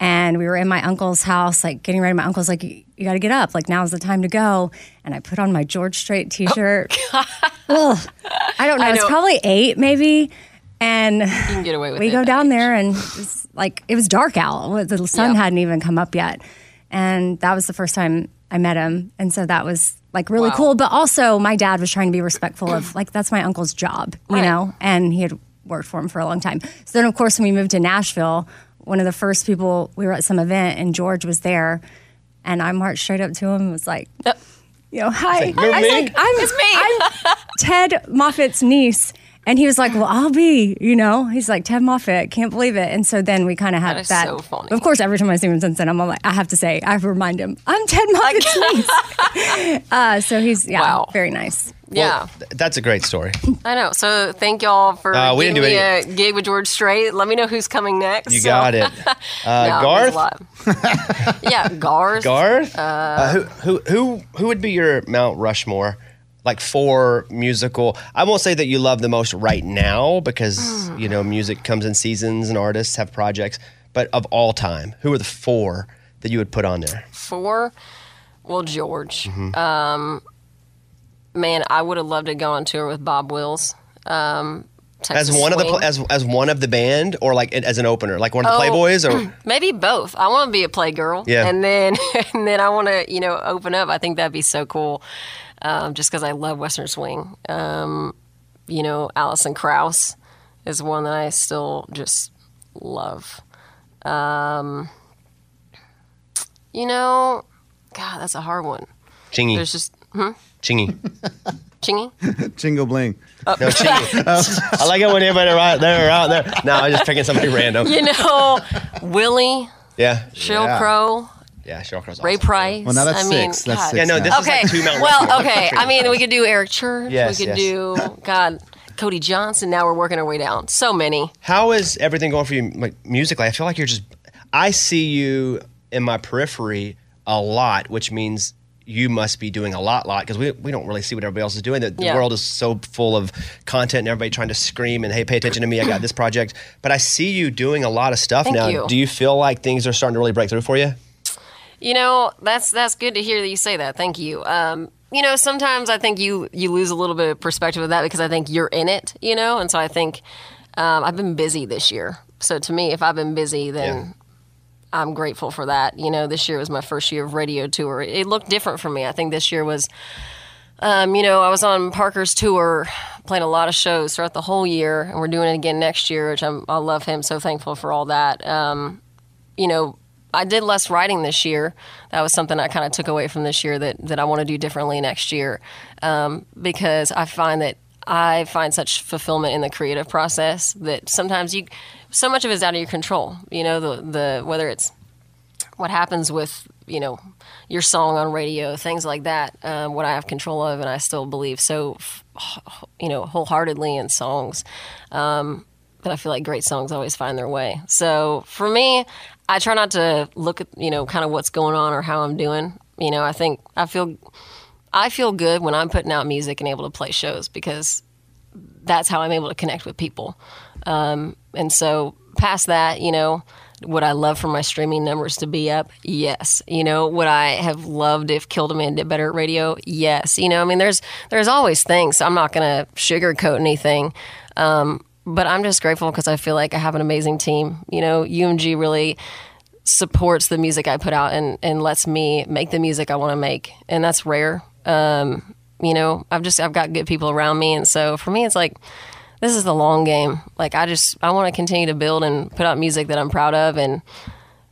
S8: and we were in my uncle's house, like getting ready. My uncle's like, "You, you got to get up. Like now's the time to go." And I put on my George Strait T-shirt. Ugh. I don't know.
S15: Oh, I
S8: It's
S15: know.
S8: probably eight, maybe. And
S15: can get away with
S8: we
S15: it
S8: go
S15: at
S8: down there, and it's like it was dark out. The sun hadn't even come up yet, and that was the first time I met him. And so that was like really
S17: Wow.
S8: cool. But also, my dad was trying to be respectful of like that's my uncle's job, you know, and he had worked for him for a long time. So then, of course, when we moved to Nashville, one of the first people we were at some event, and George was there, and I marched straight up to him and was like. You know, hi.
S17: It's like, "You're
S8: I
S17: me?"
S8: was like, I'm, I'm Ted Moffat's niece. And he was like, Well, I'll be, you know? He's like, Ted Moffat, can't believe it. And so then we kind of had
S17: That
S8: that.
S17: is so funny.
S8: Of course, every time I see him since then, I'm like, I have to say, I have to remind him, I'm Ted Moffat's niece. Uh, so he's, yeah, very nice.
S15: yeah,
S5: Th- That's a great story.
S15: I know. So thank y'all for
S5: Uh, we
S15: giving
S5: didn't do
S15: me a gig with George Strait. Let me know who's coming next.
S5: You
S15: So-
S5: got it. Uh,
S15: No, it
S5: Garth?
S15: was a lot. yeah, Garth.
S5: Garth.
S15: Uh,
S5: Uh, who who who who would be your Mount Rushmore? Like for musical, I won't say that you love the most right now because
S15: Ah.
S5: you know music comes in seasons and artists have projects. But of all time, who are the four that you would put on there?
S15: four. Well, George.
S5: Mhm.
S15: Um, man, I would have loved to go on tour with Bob Wills. Um, Texas
S5: as one of the
S15: Swing.
S5: pl- as as one of the band, or like as an opener, like one of the
S15: Oh,
S5: Playboys, or
S15: maybe both. I want to be a playgirl,
S5: Yeah.
S15: and then and then I want to you know open up. I think that'd be so cool, um, just because I love Western swing. Um, you know, Alison Krauss is one that I still just love. Um, you know, God, that's a hard one.
S5: Chingy.
S15: There's just Hmm?
S5: Chingy.
S15: Chingy?
S6: Chingo bling.
S15: Oh.
S6: Oh.
S5: No, chingy. I like it when everybody right there, right there. No, I'm just picking somebody random.
S15: You know, Willie,
S5: Yeah.
S15: Sheryl
S5: yeah.
S15: Crow,
S5: Yeah, Sheryl Crow's
S15: Ray Price.
S5: Well, now that's
S15: I mean,
S5: six. That's
S15: God.
S5: six Yeah, no, now. this is
S15: okay.
S5: like two Mount
S15: well,
S5: Rushmore
S15: okay.
S5: country
S15: I mean, we could do Eric Church.
S5: Yes,
S15: we could
S5: yes.
S15: do, God, Cody Johnson. Now we're working our way down. So many.
S5: How is everything going for you like musically? I feel like you're just I see you in my periphery a lot, which means you must be doing a lot lot because we, we don't really see what everybody else is doing. The, the
S10: Yeah.
S5: world is so full of content and everybody trying to scream and hey, pay attention to me, I got this project. But I see you doing a lot of stuff
S15: Thank
S5: now.
S15: you.
S5: Do you feel like things are starting to really break through for you?
S15: You know, that's that's good to hear that you say that. Thank you. Um, you know, sometimes I think you you lose a little bit of perspective of that because I think you're in it. You know, and so I think um, I've been busy this year. So to me, if I've been busy, then I'm grateful for that. You know, this year was my first year of radio tour. It, it looked different for me. I think this year was, um, you know, I was on Parker's tour, playing a lot of shows throughout the whole year, and we're doing it again next year, which I'm, I love him. So thankful for all that. Um, you know, I did less writing this year. That was something I kind of took away from this year that, that I want to do differently next year um, because I find that I find such fulfillment in the creative process that sometimes you, so much of it is out of your control. You know, the, the whether it's what happens with you know your song on radio, things like that, um, what I have control of, and I still believe so, f- you know, wholeheartedly in songs. Um, but I feel like great songs always find their way. So for me, I try not to look at you know kind of what's going on or how I'm doing. You know, I think I feel I feel good when I'm putting out music and able to play shows because that's how I'm able to connect with people. Um, and so, past that, you know, would I love for my streaming numbers to be up? Yes. You know, would I have loved if Killed a Man did better at radio? Yes. You know, I mean, there's there's always things. I'm not going to sugarcoat anything. Um, but I'm just grateful because I feel like I have an amazing team. You know, UMG really supports the music I put out and, and lets me make the music I want to make. And that's rare. Um, you know, I've just, I've got good people around me. And so for me, it's like, this is the long game. Like, I just, I want to continue to build and put out music that I'm proud of and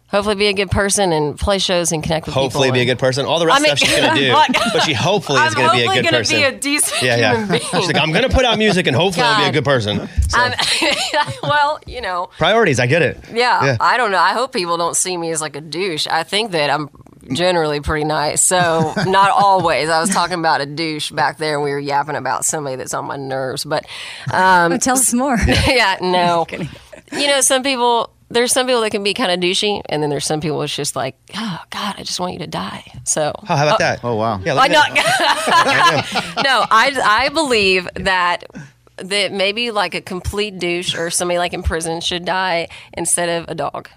S15: hopefully be a good person and play shows and connect with people.
S5: Hopefully be a good person. All the rest
S15: I mean,
S5: of stuff she's gonna do.
S15: like-
S5: but she hopefully is gonna be a
S15: hopefully
S5: good
S15: gonna
S5: person.
S15: be a decent
S5: yeah, yeah.
S15: human being.
S5: She's like, I'm gonna put out music and hopefully I'll be a
S15: God.
S5: good person.
S15: I'm- well, you know,
S5: Priorities, I get it.
S15: Yeah, I don't know. I hope people don't see me as like a douche. I think that I'm generally pretty nice. So, not always. I was talking about a douche back there and we were yapping about somebody that's on my nerves, but um
S18: Oh, tell us more.
S15: Yeah, no. you know, some people there's some people that can be kind of douchey and then there's some people it's just like, "Oh god, I just want you to die." So,
S5: Oh, how about
S15: uh,
S5: that? Oh wow. Yeah,
S15: I
S5: look at
S15: know.
S5: that.
S15: no, I, I believe that that maybe like a complete douche or somebody like in prison should die instead of a dog.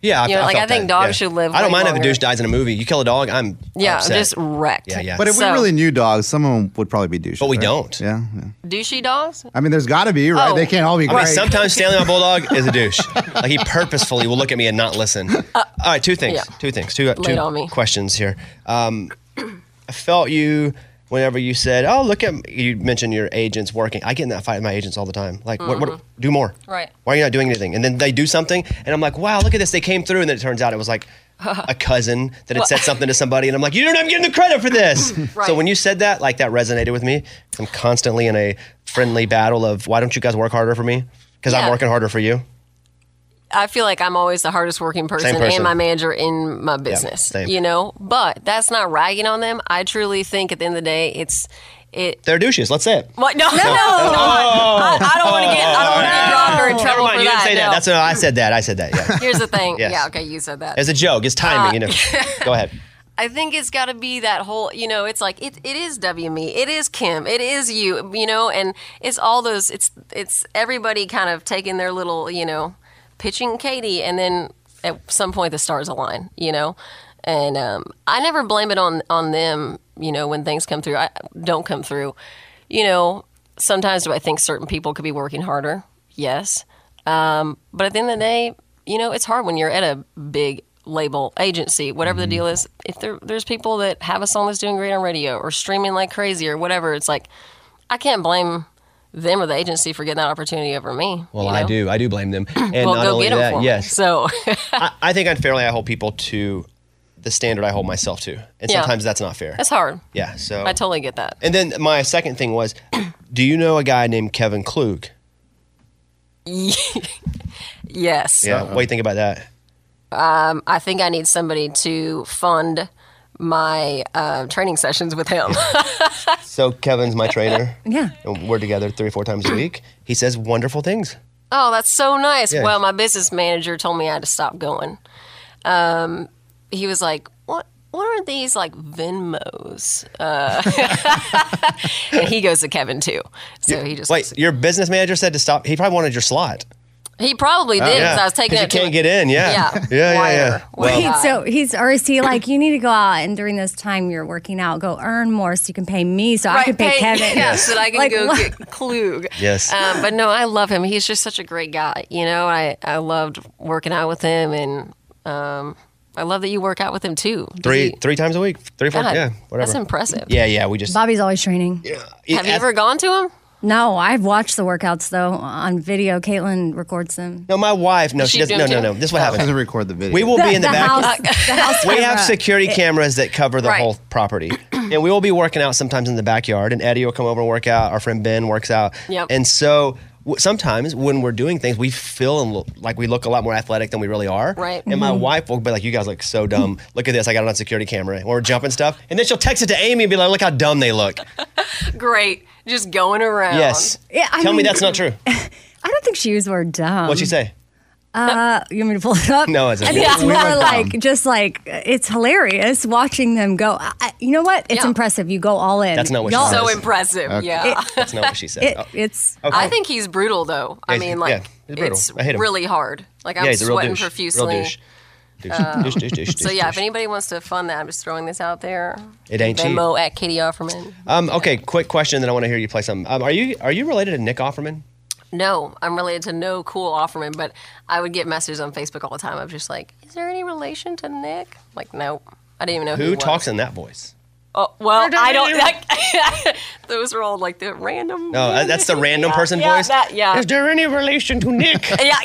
S5: yeah. I,
S15: You know,
S5: I
S15: like,
S5: felt
S15: I think
S5: that.
S15: dogs
S5: Yeah.
S15: should live
S5: I don't
S15: way
S5: mind if a
S15: longer.
S5: douche dies in a movie. You kill a dog, I'm
S15: Yeah,
S5: upset.
S15: just wrecked.
S5: Yeah, yeah.
S6: But if
S15: So-
S6: we really knew dogs, someone would probably be douche. But we don't. Yeah, yeah.
S15: douchey dogs.
S6: I mean, there's got to be right.
S15: Oh.
S6: They can't all be
S5: I
S6: great.
S5: mean, sometimes Stanley, my bulldog, is a douche. Like he purposefully will look at me and not listen.
S15: Uh,
S5: All right, two things.
S10: yeah.
S5: Two things. Two, uh,
S10: Lay it on
S5: two
S10: me.
S5: questions here. Um, I felt you whenever you said, "Oh, look at me." you mentioned your agents working." I get in that fight with my agents all the time. Like, what,
S15: Mhm.
S5: what? Do more.
S15: Right.
S5: Why are you not doing anything? And then they do something, and I'm like, "Wow, look at this! They came through." And then it turns out it was like a cousin that had
S15: Well-
S5: said something to somebody, and I'm like, "You don't have getting the credit for this."
S15: Right.
S5: So when you said that, like that resonated with me. I'm constantly in a friendly battle of why don't you guys work harder for me? Because
S15: Yeah.
S5: I'm working harder for you.
S15: I feel like I'm always the hardest working person,
S5: person.
S15: and my manager in my business.
S5: same.
S15: you know, but that's not ragging on them. I truly think at the end of the day, it's it.
S5: They're douches. Let's say it.
S15: What? No, no,
S5: Oh.
S15: no. I, I don't want to get. I don't want to get dropped or in trouble
S5: Never mind.
S15: for
S5: You
S15: that.
S5: didn't say that.
S15: no.
S5: That's no. I said that. I said that. Yeah.
S15: Here's the thing.
S5: Yes.
S15: Yeah, okay, you said that. Uh,
S5: It's a joke. It's timing. you know. Go ahead.
S15: I think it's got to be that whole, you know, it's like it, it is WME, it is Kim, it is you, you know, and it's all those, it's it's everybody kind of taking their little, you know, pitching Katie, and then at some point the stars align, you know, and um, I never blame it on on them, you know, when things come through, I don't come through, you know. Sometimes do I think certain people could be working harder? Yes, um, but at the end of the day, you know, it's hard when you're at a big label agency, whatever
S5: Mm-hmm.
S15: the deal is. If there, there's people that have a song that's doing great on radio or streaming like crazy or whatever, it's like I can't blame them or the agency for getting that opportunity over me.
S5: Well,
S15: you
S5: I
S15: know?
S5: do. I do blame them. And
S15: well,
S5: not
S15: go
S5: only
S15: get 'em
S5: that,
S15: for me.
S5: yes.
S15: So
S5: I, I think unfairly I hold people to the standard I hold myself to, and
S15: Yeah.
S5: sometimes that's not fair.
S15: That's hard.
S5: Yeah. So
S15: I totally get that.
S5: And then my second thing was, do you know a guy named Kevin Klug?
S15: yes.
S5: Yeah. What do you think about that?
S15: Um, I think I need somebody to fund my uh, training sessions with him.
S5: So Kevin's my trainer.
S15: Yeah.
S5: And we're together three or four times a week. He says wonderful things.
S15: Oh, that's so nice.
S5: Yeah.
S15: Well, my business manager told me I had to stop going. Um, he was like, "What? What are these like Venmos?" Uh, and he goes to Kevin too. So he just
S5: Wait, your business manager said to stop. He probably wanted your slot.
S15: he probably did 'cause I was taking
S5: Oh, you
S15: it. to
S5: can't get in. Yeah.
S15: Yeah.
S5: Yeah. Yeah. yeah, Well,
S8: Wait, so he's or is he like you need to go out and during this time you're working out, go earn more so you can pay me so I
S15: Right,
S8: can pay,
S15: pay-
S8: Kevin.
S15: yeah, so that I can
S8: Like,
S15: go
S8: what-
S15: get Klug.
S5: Yes.
S15: Um, but no, I love him. He's just such a great guy. You know, I, I loved working out with him, and um, I love that you work out with him too. Does
S5: three
S15: he-
S5: three times a week. Three four.
S15: God,
S5: yeah. Whatever.
S15: That's impressive.
S5: Yeah. Yeah. We just.
S8: Bobby's always training.
S15: Have you ever gone to him?
S8: No, I've watched the workouts though on video. Caitlin records them.
S5: No, my wife. No,
S8: Does
S5: she
S8: she do
S5: doesn't. No,
S8: it
S5: no,
S8: too?
S5: no. This is what happens.
S6: Doesn't record the video.
S5: We will be in the, back.
S8: House, the house
S5: we
S8: camera.
S5: have security
S8: It-
S5: cameras that cover the
S8: Right.
S5: whole property. and we will be working out sometimes in the backyard, and Eddie will come over and work out. Our friend Ben works out.
S7: Yep.
S5: And so w- sometimes when we're doing things, we feel and look, like we look a lot more athletic than we really are.
S7: Right.
S5: And my
S8: Mm-hmm.
S7: Mhm.
S5: wife will be like, You guys look so dumb. Look at this. I got it on security camera. When we're jumping stuff. And then she'll text it to Amy and be like, Look how dumb they
S8: Uh.
S5: look.
S15: Great. Just going around.
S5: Yes.
S8: Yeah, I
S5: Tell me
S8: mean-
S5: that's not true.
S8: I don't think she used the word dumb.
S5: What'd she say?
S8: Uh, you want me to pull it up?
S5: No, it's
S8: I
S5: okay.
S8: think it's
S5: We
S8: more
S5: were dumb.
S8: like just like it's hilarious watching them go. I, I- you know what? It's impressive. You go all in.
S5: That's not what she
S8: Y'all-
S5: said.
S15: So impressive.
S5: Okay.
S15: Yeah.
S5: That's not what she said.
S8: It-
S5: Oh.
S8: it's.
S5: Okay.
S15: I think he's brutal though. I
S5: Yeah,
S15: mean,
S5: he's-
S15: like
S5: yeah, he's brutal.
S15: it's
S5: I hate him.
S15: really hard. Like I'm
S5: yeah, he's a real
S15: sweating
S5: douche.
S15: profusely.
S5: Real douche. Douche,
S15: Uh,
S5: douche, douche, douche,
S15: so
S5: douche,
S15: yeah, if anybody wants to fund that, I'm just throwing this out there.
S5: It ain't cheap.
S15: Venmo at Katie Offerman.
S5: Um, okay, quick question. Then I want to hear you play something. Um, are you are you related to Nick Offerman?
S15: No, I'm related to no cool Offerman, but I would get messages on Facebook all the time. I'm just like, is there any relation to Nick? Like, nope. I didn't even know who,
S5: Who
S15: he
S5: talks
S15: Was.
S5: in that voice?
S15: Oh, well, Pardon I don't. me? Like, those are all like the random.
S5: No, that- that's the random person
S15: yeah,
S5: voice.
S15: that- yeah.
S5: Is there any relation to Nick?
S15: yeah.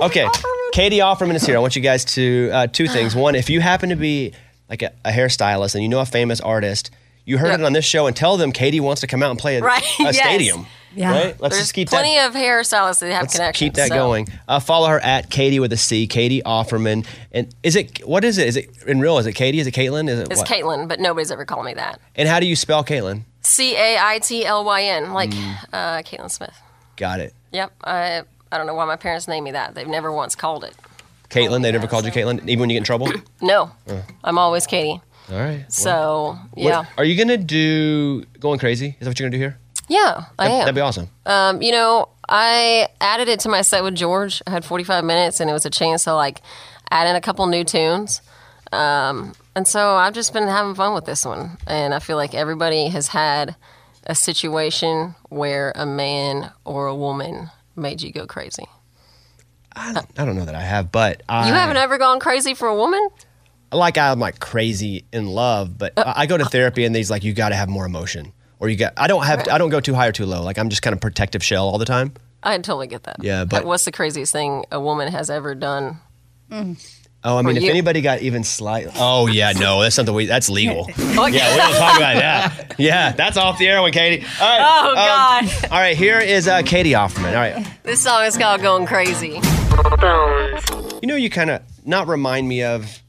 S5: Okay, Katie Offerman is here. I want you guys to uh, two things. One, if you happen to be like a, a hairstylist and you know a famous artist, you heard
S15: Yep.
S5: it on this show, and tell them Katie wants to come out and play at
S15: Right,
S5: a
S15: yes.
S5: stadium.
S15: Yeah.
S5: Right? Let's
S15: There's
S5: just keep that
S15: plenty of hairstylists that have connections.
S5: Keep that
S15: so-
S5: going. Uh, follow her at Katie with a C, Katie Offerman. And is it what is it? Is it in real? Is it Katie? Is it Caitlin? Is it
S15: It's
S5: what?
S15: Caitlin, but nobody's ever called me that.
S5: And how do you spell Caitlin?
S15: C A I T L Y N, like
S5: Mm.
S15: uh, Caitlin Smith.
S5: Got it.
S15: Yep. I I don't know why my parents named me that. They've never once called it. Oh,
S5: Caitlin. They never called you Caitlin, even when you get in trouble.
S15: No,
S5: Uh,
S15: I'm always Katie.
S5: all right.
S15: So
S5: What-
S15: yeah,
S5: are you gonna do going crazy? Is that what you're gonna do here?
S15: yeah, I
S5: That-
S15: am.
S5: That'd be awesome.
S15: Um, you know, I added it to my set with George. I had 45 minutes, and it was a chance to like add in a couple new tunes. Um, and so I've just been having fun with this one, and I feel like everybody has had a situation where a man or a woman made you go crazy.
S5: I don't know that I have, but I,
S15: you haven't ever gone crazy for a woman?
S5: like I'm like crazy in love,
S15: Uh,
S5: but I I go to therapy and these like you got to have more emotion, or you got I don't have I don't go too high or too low. Like I'm just kind of protective shell all the time.
S15: I totally get that.
S5: Yeah, but-
S15: what's the craziest thing a woman has ever done?
S5: Oh, I
S15: For
S5: mean, if
S15: you.
S5: anybody got even slight. Oh yeah, no, that's something we that's legal.
S15: Oh,
S5: yeah, we don't talk about that. Yeah, that's off the air with Katie. All right, um,
S15: Oh, God.
S5: all right, here is uh, Katie Offerman. All right.
S15: This song is called Going Crazy.
S5: You know, you kind of not remind me of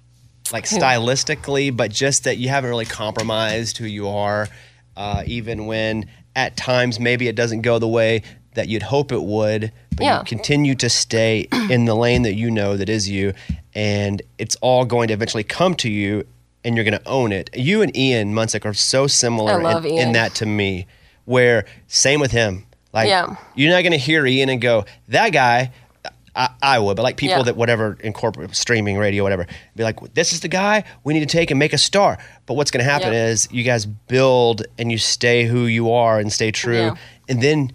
S5: like stylistically, but just that you haven't really compromised who you are, uh, even when at times maybe it doesn't go the way that you'd hope it would, but
S15: Yeah.
S5: you continue to stay in the lane that you know that is you, and it's all going to eventually come to you and you're going to own it. You and Ian Munsick are so similar
S15: I love
S5: in,
S15: Ian.
S5: in that to me, where same with him. Like,
S15: Yeah.
S5: you're not going to hear Ian and go, that guy, I, I would, but like people
S15: Yeah.
S5: that whatever incorporate streaming, radio, whatever, be like, this is the guy we need to take and make a star. But what's going to happen
S7: Yeah.
S5: is you guys build and you stay who you are and stay true.
S7: Yeah.
S5: And then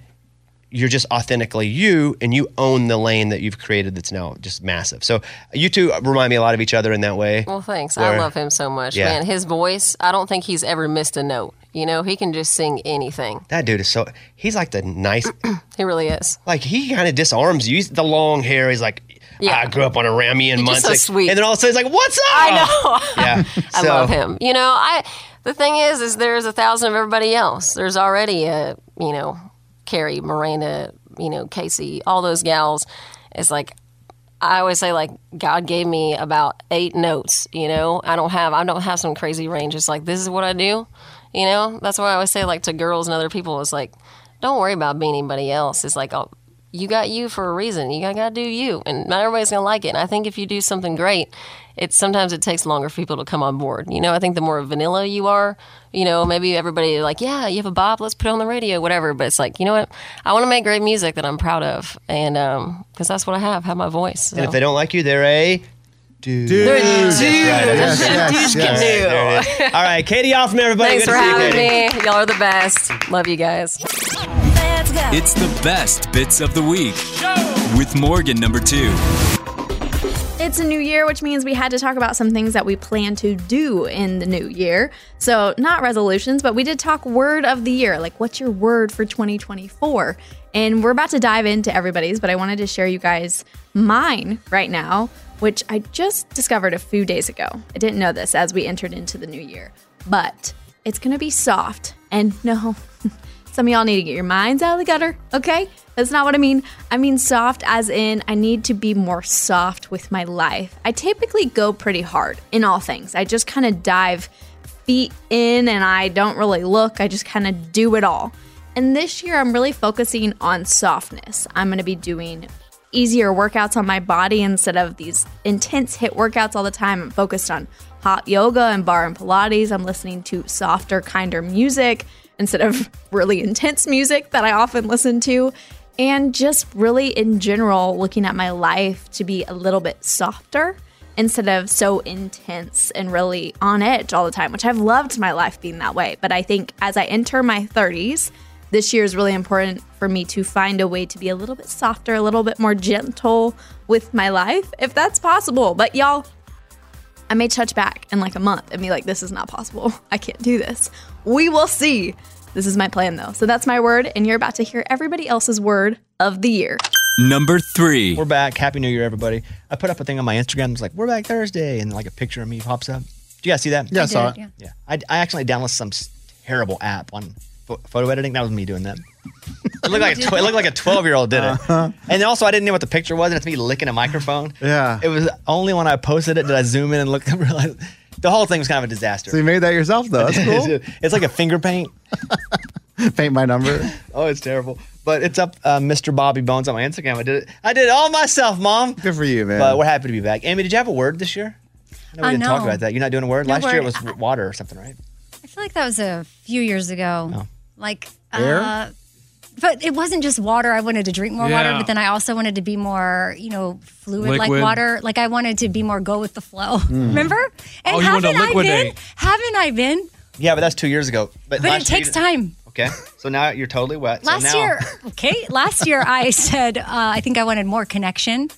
S5: you're just authentically you and you own the lane that you've created that's now just massive. So you two remind me a lot of each other in that way.
S15: Well, thanks. I
S5: Where-
S15: love him so much,
S5: Yeah.
S15: man. His voice, I don't think he's ever missed a note. You know, he can just sing anything.
S5: That dude is so, he's like the nice,
S15: He really is.
S5: like he kind of disarms you. He's the long hair. He's like,
S16: Yeah. I grew up on a
S15: You're
S16: Ramian Munson.
S15: just so sweet.
S16: And then all of a sudden, it's like, what's up?
S15: I know.
S16: Yeah.
S15: I
S16: so-
S15: love him. You know, I the thing is, is there's a thousand of everybody else. There's already a you know Carrie, Miranda, you know Casey, all those gals. It's like I always say, like God gave me about eight notes. You know, I don't have I don't have some crazy range. It's like this is what I do. You know, that's why I always say like to girls and other people. It's like don't worry about being anybody else. It's like oh, you got you for a reason. You gotta, gotta do you, and not everybody's gonna like it. And I think if you do something great, it's sometimes it takes longer for people to come on board. You know, I think the more vanilla you are, you know, maybe everybody like, yeah, you have a bop, let's put it on the radio, whatever. But it's like, you know what? I want to make great music that I'm proud of, and because that's what I have, have my voice.
S16: And if
S15: so.
S16: they don't like you, they're a dude. Dude.
S15: They're a
S16: That's right.
S15: dude. That's
S16: Yes,
S15: a
S16: yes,
S15: douche
S16: yes.
S15: canoe.
S16: There it is. All right, Katie Hoffman, everybody.
S15: Thanks
S16: Good
S15: for
S16: to see you,
S15: having
S16: Katie.
S15: me. Y'all are the best. Love you guys. Let's go.
S3: It's the best bits of the week with Morgan number two.
S4: It's a new year, which means we had to talk about some things that we plan to do in the new year. So, not resolutions, but we did talk word of the year. Like, what's your word for 2024? And we're about to dive into everybody's, but I wanted to share you guys mine right now, which I just discovered a few days ago. I didn't know this as we entered into the new year, but it's going to be soft. And no, Some of y'all need to get your minds out of the gutter, okay? That's not what I mean. I mean soft, as in, I need to be more soft with my life. I typically go pretty hard in all things. I just kind of dive feet in and I don't really look, I just kind of do it all. And this year, I'm really focusing on softness. I'm gonna be doing easier workouts on my body instead of these intense hit workouts all the time. I'm focused on hot yoga and bar and Pilates. I'm listening to softer, kinder music instead of really intense music that I often listen to. And just really in general, looking at my life to be a little bit softer instead of so intense and really on edge all the time, which I've loved my life being that way. But I think as I enter my 30s, this year is really important for me to find a way to be a little bit softer, a little bit more gentle with my life, if that's possible. But y'all, I may touch back in like a month and be like, this is not possible. I can't do this. We will see. This is my plan though. So that's my word, and you're about to hear everybody else's word of the year.
S3: Number three.
S5: We're back. Happy New Year, everybody. I put up a thing on my Instagram. It's like, we're back Thursday. And like a picture of me pops up. Do you guys see that?
S6: Yeah, I I saw did, it.
S5: Yeah. I, I actually downloaded some s- terrible app on pho- photo editing. That was me doing that. It looked like a tw- it looked like a twelve year old did it,
S10: Uh-huh.
S5: and also I didn't know what the picture was, and it's me licking a microphone.
S6: Yeah.
S5: It was only when I posted it did I zoom in and look and realize the whole thing was kind of a disaster.
S6: So you made that yourself though. That's cool.
S5: it's like a finger paint.
S6: Paint my number.
S5: Oh, it's terrible. But it's up, uh, Mr. Bobby Bones on my Instagram. I did it. I did it all myself, Mom. Good
S6: for you, man.
S5: But we're happy to be back. Amy, did you have a word this year? I know we
S8: Uh,
S5: didn't talk
S8: no.
S5: about that. You're not doing a word.
S8: No
S5: Last year it
S8: word.
S5: was w- water or something, right?
S8: I feel like that was a few years ago. Like,
S5: Oh. Air?
S8: uh, but it wasn't just water. I wanted to drink more water,
S5: Yeah.
S8: but then I also wanted to be more, you know, fluid like
S7: Liquid.
S8: water. Like I wanted to be more go with the flow.
S5: Mm.
S8: Remember?
S5: Oh, you wanted to
S8: I been?
S5: liquidate.
S8: Haven't I been?
S5: Yeah, but that's two years ago. But,
S8: But it
S5: last year you
S8: takes
S5: didn't-
S8: time.
S5: Okay, so now you're totally wet. So
S8: Last
S5: now-
S8: year, okay. Last year, I said uh, I think I wanted more connection,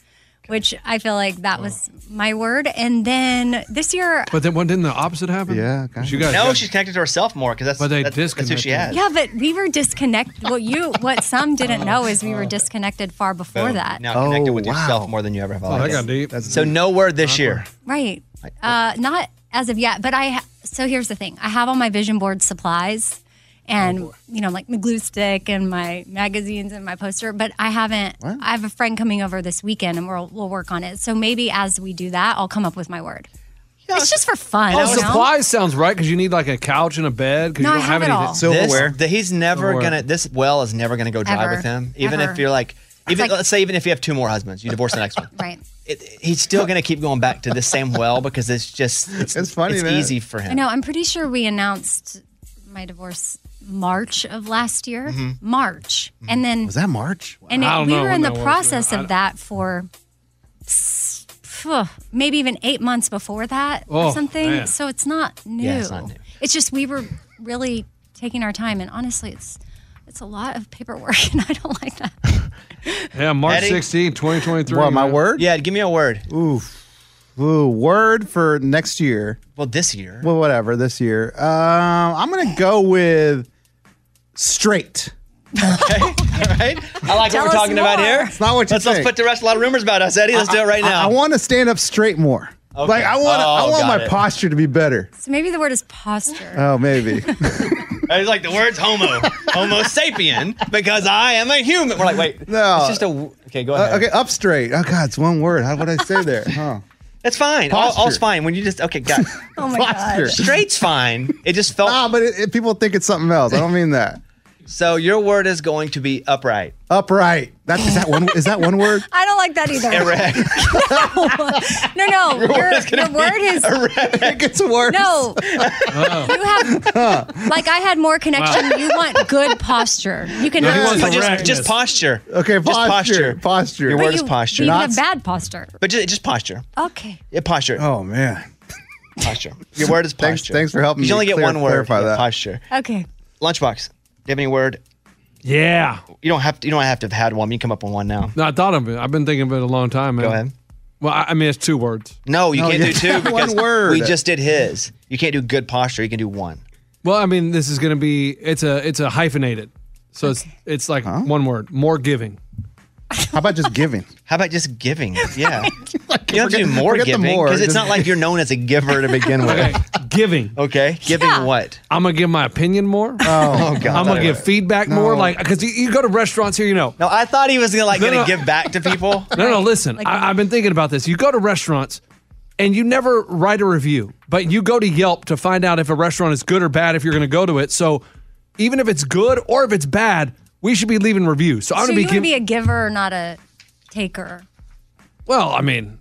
S8: which I feel like that was my word. And then this year,
S7: But then, when didn't the opposite happen? Yeah, you guys
S5: no,
S7: got-
S5: she's connected to herself more because that's,
S7: But they
S5: that's, that's who she has.
S8: yeah, but we were disconnected. What you, what some didn't know is we were disconnected far before
S5: Oh. Boom.
S8: that.
S5: Now connected with yourself more than you ever have.
S7: Oh, that got
S5: deep. So no word this year.
S8: Right. Uh, not as of yet, but I. Ha- so here's the thing: I have all my vision board supplies,
S5: Oh,
S8: and you know, like my glue stick and my magazines and my poster. But I haven't. I have a friend coming over this weekend, and we'll we'll work on it. So maybe as we do that, I'll come up with my word. it's just for fun.
S7: Oh,
S8: you know?
S7: supplies sounds right because you need like a couch and a bed because
S8: No,
S7: you
S8: I
S7: don't
S8: have
S7: have,
S8: it
S7: anything.
S8: all.
S5: Silverware. This- that he's never
S7: Silverware.
S5: gonna. This well is never gonna go dry
S8: Ever.
S5: with him. Even
S8: Ever.
S5: if you're like, even
S8: like-
S5: let's say, even if you have two more husbands, you divorce the next one.
S8: Right.
S5: He's still gonna keep going back to the same well because it's just it's, funny. It's
S6: man.
S5: easy for
S8: I
S5: him.
S8: know. I'm pretty sure we announced my divorce March of last year.
S6: Mhm.
S8: March, and then
S6: Was that March?
S8: And
S6: I
S8: it,
S6: don't
S8: we
S6: know
S8: were in
S6: when
S8: the
S6: that was.
S8: process
S6: I-
S8: of that for s- phew, maybe even eight months before that
S6: Oh,
S8: or something.
S6: man.
S8: So it's not new.
S6: Yeah, it's not new.
S8: It's just we were really taking our time, and honestly, it's it's a lot of paperwork, and I don't like that.
S7: Yeah, March
S6: Eddie?
S7: 16, 2023.
S6: What, my
S7: man.
S6: word?
S5: Yeah, give me a word.
S6: Oof. Ooh, word for next year.
S5: Well, this year.
S6: Well, Uh, whatever, this year. Um, I'm going to go with straight.
S5: I like
S6: Tell
S5: what
S6: us
S5: we're talking about
S6: more.
S5: here.
S6: It's not what you
S5: let's,
S6: think.
S5: Let's put the rest a lot of rumors about us, Eddie. Let's do it right
S6: I- I-
S5: now.
S6: I, want to stand up straight more.
S5: Okay.
S6: Like I want, to
S5: Oh,
S6: I want
S5: got
S6: my
S5: it.
S6: posture to be better.
S8: So maybe the word is posture.
S6: Oh, maybe.
S5: It's like the words homo, homo sapien, because I am a human. We're like, wait,
S6: No.
S5: It's just a. Okay, go ahead.
S6: Uh, okay, up straight. Oh God, it's one word. How would I say there? Huh?
S5: It's fine. All,
S6: Posture.
S5: all's fine. When you just okay, got
S8: oh my
S6: Posture.
S5: straight's fine. It just felt.
S6: Nah, but it, it- people think it's something else. I don't mean that.
S5: So your word is going to be upright.
S6: Upright. That's is that one. Is that one word?
S8: I don't like that either.
S5: Erect.
S8: no, no.
S6: Your word
S8: your-
S6: is gonna
S8: the word is
S6: It gets worse.
S8: no. You have like I had more connection.
S5: Wow.
S8: You want good posture. You can have
S5: But just, just posture.
S6: Okay,
S5: Just posture.
S6: posture. Posture.
S5: Your
S8: But
S5: word is
S8: you-
S5: posture.
S8: You have bad posture.
S5: but just, just posture.
S8: Okay.
S5: Yeah, posture.
S6: Oh man.
S5: Posture. Your word is
S6: Thanks-
S5: posture.
S6: thanks for helping
S5: You
S6: me
S5: only get
S6: clear-
S5: one word.
S6: clarify
S5: Yeah,
S6: that.
S5: Posture.
S8: Okay.
S5: Lunchbox. Do you have any word?
S7: Yeah.
S5: You don't have to. You don't have to have had one. You can come up with one now.
S7: No, I thought of it. I've been thinking of it a long time, man. Go
S5: ahead.
S7: Well, I, I mean, it's two words.
S5: No, Oh, you can't do two because
S7: one word.
S5: we just did his. You can't do good posture. You can do one.
S7: Well, I mean, this is going to be it's a it's a hyphenated, so it's it's like one word. More giving.
S6: How about just giving?
S5: How about just giving? Yeah. you have to do
S7: forget-
S5: more
S7: forget the
S5: giving
S7: more.
S5: because it's not like you're known as a giver to begin with.
S7: Okay. giving.
S5: Okay. Giving what?
S7: I'm gonna give my opinion more. Oh,
S5: Oh, God.
S7: I'm gonna give feedback more, like because you, you go to restaurants here, you know.
S5: No, I thought he was gonna like
S7: No,
S5: gonna
S7: no.
S5: give back to people.
S7: No, no, listen. I, I've been thinking about this. You go to restaurants and you never write a review, but you go to Yelp to find out if a restaurant is good or bad if you're going to go to it. So even if it's good or if it's bad, we should be leaving reviews. So I'm
S8: so
S7: going
S8: you
S7: to be
S8: want to
S7: giving.
S8: be a giver, not a taker.
S7: well, I mean,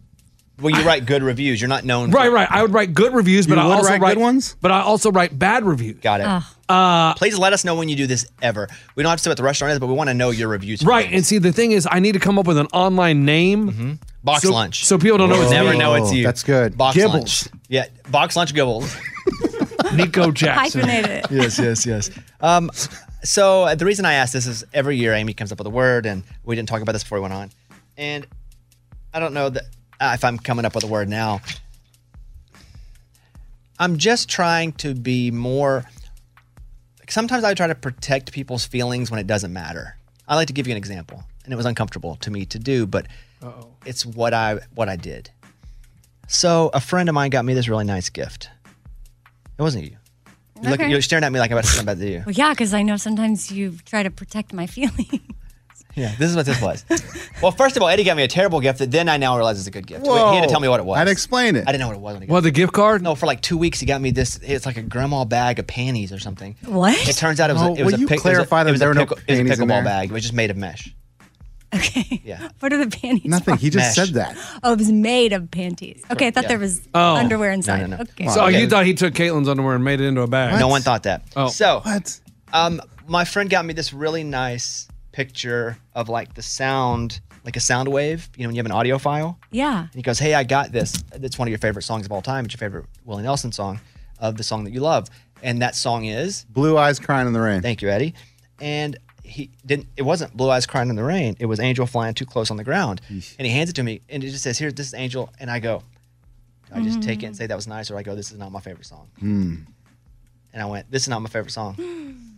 S5: Well, you write good reviews. You're not known.
S7: right, right. I would write good reviews, but
S5: You
S7: I
S5: would
S7: also
S5: write
S7: write,
S5: good
S7: ones. But I also write bad reviews. Uh,
S5: Got it.
S7: Ugh.
S5: Please let us know when you do this ever. We don't have to say what the restaurant is, but we want to know your reviews.
S7: Right, and see the thing is, I need to come up with an online name.
S5: Mm-hmm. Box
S7: so-
S5: lunch.
S7: so people don't know
S5: We'll
S7: it's
S5: never
S7: me.
S5: know it's you.
S6: That's good.
S5: Box
S6: Gibbles.
S5: lunch. Yeah, box lunch gibbles.
S7: Nico
S8: Hyphenated.
S5: yes, yes, yes. Um, so uh, the reason I asked this is every year Amy comes up with a word, and we didn't talk about this before we went on. And I don't know that uh, if I'm coming up with a word now. I'm just trying to be more. like, Sometimes I try to protect people's feelings when it doesn't matter. I like to give you an example, and it was uncomfortable to me to do, but it's what I what I did. So a friend of mine got me this really nice gift. It wasn't you. You're, looking-
S8: Okay.
S5: you're staring at me like I'm about to say something about you.
S8: Well, yeah, because I know sometimes you try to protect my feelings.
S5: Yeah, this is what this was. well, first of all, Eddie got me a terrible gift that then I now realize is a good gift.
S6: Whoa.
S5: He had to tell me what it was.
S6: I'd explain it.
S5: I didn't know what it was. When he got
S7: What the gift card?
S5: No, for like two weeks he got me this. It's like a grandma bag of panties or something.
S8: What?
S5: It turns out it was.
S6: Oh,
S5: a, it was
S6: will
S5: a
S6: you
S5: pic-
S6: clarify
S5: it
S6: that
S5: was
S6: there
S5: a,
S6: were
S5: it was
S6: no
S5: a, pickle- it was a
S6: panties in
S5: pickleball
S6: there?
S5: bag. It was just made of mesh.
S8: What are the panties?
S6: Nothing. He just
S5: Mesh.
S6: said that.
S8: Oh, it was made of panties. Okay, I thought
S5: Yeah.
S8: there was
S7: Oh.
S8: underwear inside.
S5: no.
S8: Okay.
S7: So
S5: Okay.
S7: you thought he took Caitlin's underwear and made it into a bag?
S5: No one thought that.
S7: Oh.
S5: So what? Um, my friend got me this really nice picture of like the sound, like a sound wave. You know, when you have an audio file.
S8: Yeah.
S5: And he goes, Hey, I got this. It's one of your favorite songs of all time. It's your favorite Willie Nelson song of the song that you love. And that song is
S6: Blue eyes crying in the rain.
S5: Thank you, Eddie. And he didn't it wasn't Blue Eyes Crying in the Rain. It was Angel Flying Too Close on the Ground. And he hands it to me and it just says, Here, this is Angel. And I go, I just take
S8: Mm-hmm.
S5: it and say that was nice, or I go, This is not my favorite song.
S6: Hmm.
S5: And I went, This is not my favorite song.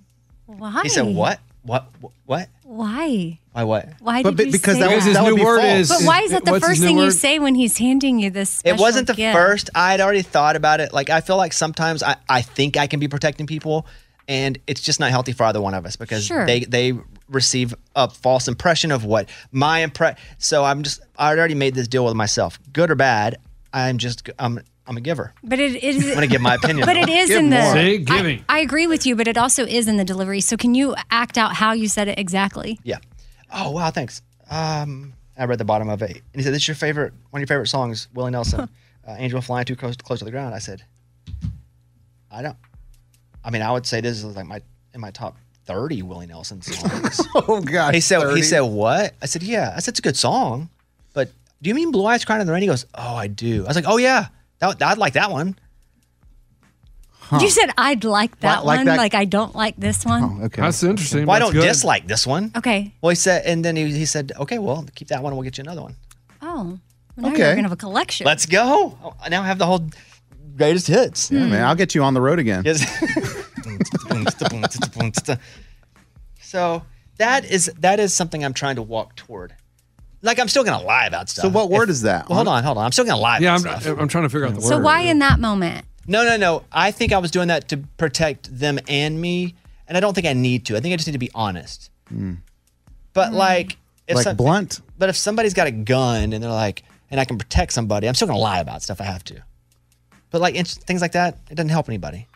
S8: Mm-hmm. Why?
S5: He said, What? What? What?
S8: Why?
S5: Why what?
S8: Why did you say that? But why is that the first thing you say when he's handing you this?
S5: It wasn't the
S8: special gift?
S5: first. I had already thought about it. Like I feel like sometimes I, I think I can be protecting people, and it's just not healthy for either one of us because
S8: Sure.
S5: they they receive a false impression of what my impression. So I'm just I already made this deal with myself, good or bad. I'm just I'm I'm a giver.
S8: But it, it is.
S5: I'm gonna give my opinion.
S8: But it is
S5: Give
S8: in the.
S5: more. See?
S8: I-
S5: Giving.
S8: I, agree with you, but it also is in the delivery. So can you act out how you said it exactly?
S5: Yeah. Oh wow, thanks. Um, I read the bottom of it, and he said, "This is your favorite one of your favorite songs, Willie Nelson, uh, Angel Flying Too Close, Close to the Ground." I said, "I don't. I mean, I would say this is like my in my top thirty Willie Nelson songs."
S6: oh God.
S5: he said, "He
S6: 30.
S5: said what?" I said, "Yeah." I said, "It's a good song, but do you mean Blue Eyes Crying in the Rain?" He goes, "Oh, I do." I was like, "Oh yeah, that, I'd like that one."
S8: You said I'd like that
S5: like
S8: one.
S5: that-
S8: Like I don't like this one.
S5: Okay,
S7: that's interesting.
S5: Well, I
S7: That's
S5: don't
S7: good.
S5: dislike this one.
S8: Okay.
S5: Well, he said, and then he, he said, "Okay, well, keep that one. and We'll get you another one."
S8: Oh. Well, now
S5: Okay.
S8: You're gonna have a collection.
S5: Let's go. Oh, I now have the whole greatest hits.
S6: Yeah, man. I'll get you on the road again.
S5: Yes. so that is that is something I'm trying to walk toward. Like I'm still gonna lie about stuff.
S6: So what word is that?
S5: Well, hold on, hold on. I'm still gonna lie.
S7: Yeah,
S5: about
S7: I'm-
S5: stuff.
S7: I'm trying to figure out the
S8: So why in that moment?
S5: No, no, no. I think I was doing that to protect them and me, and I don't think I need to. I think I just need to be honest.
S6: Hmm.
S5: But like,
S6: Mm. Like
S5: some-
S6: blunt?
S5: But if somebody's got a gun and they're like, and I can protect somebody, I'm still gonna lie about stuff. I have to. But like ins- things like that, it doesn't help anybody.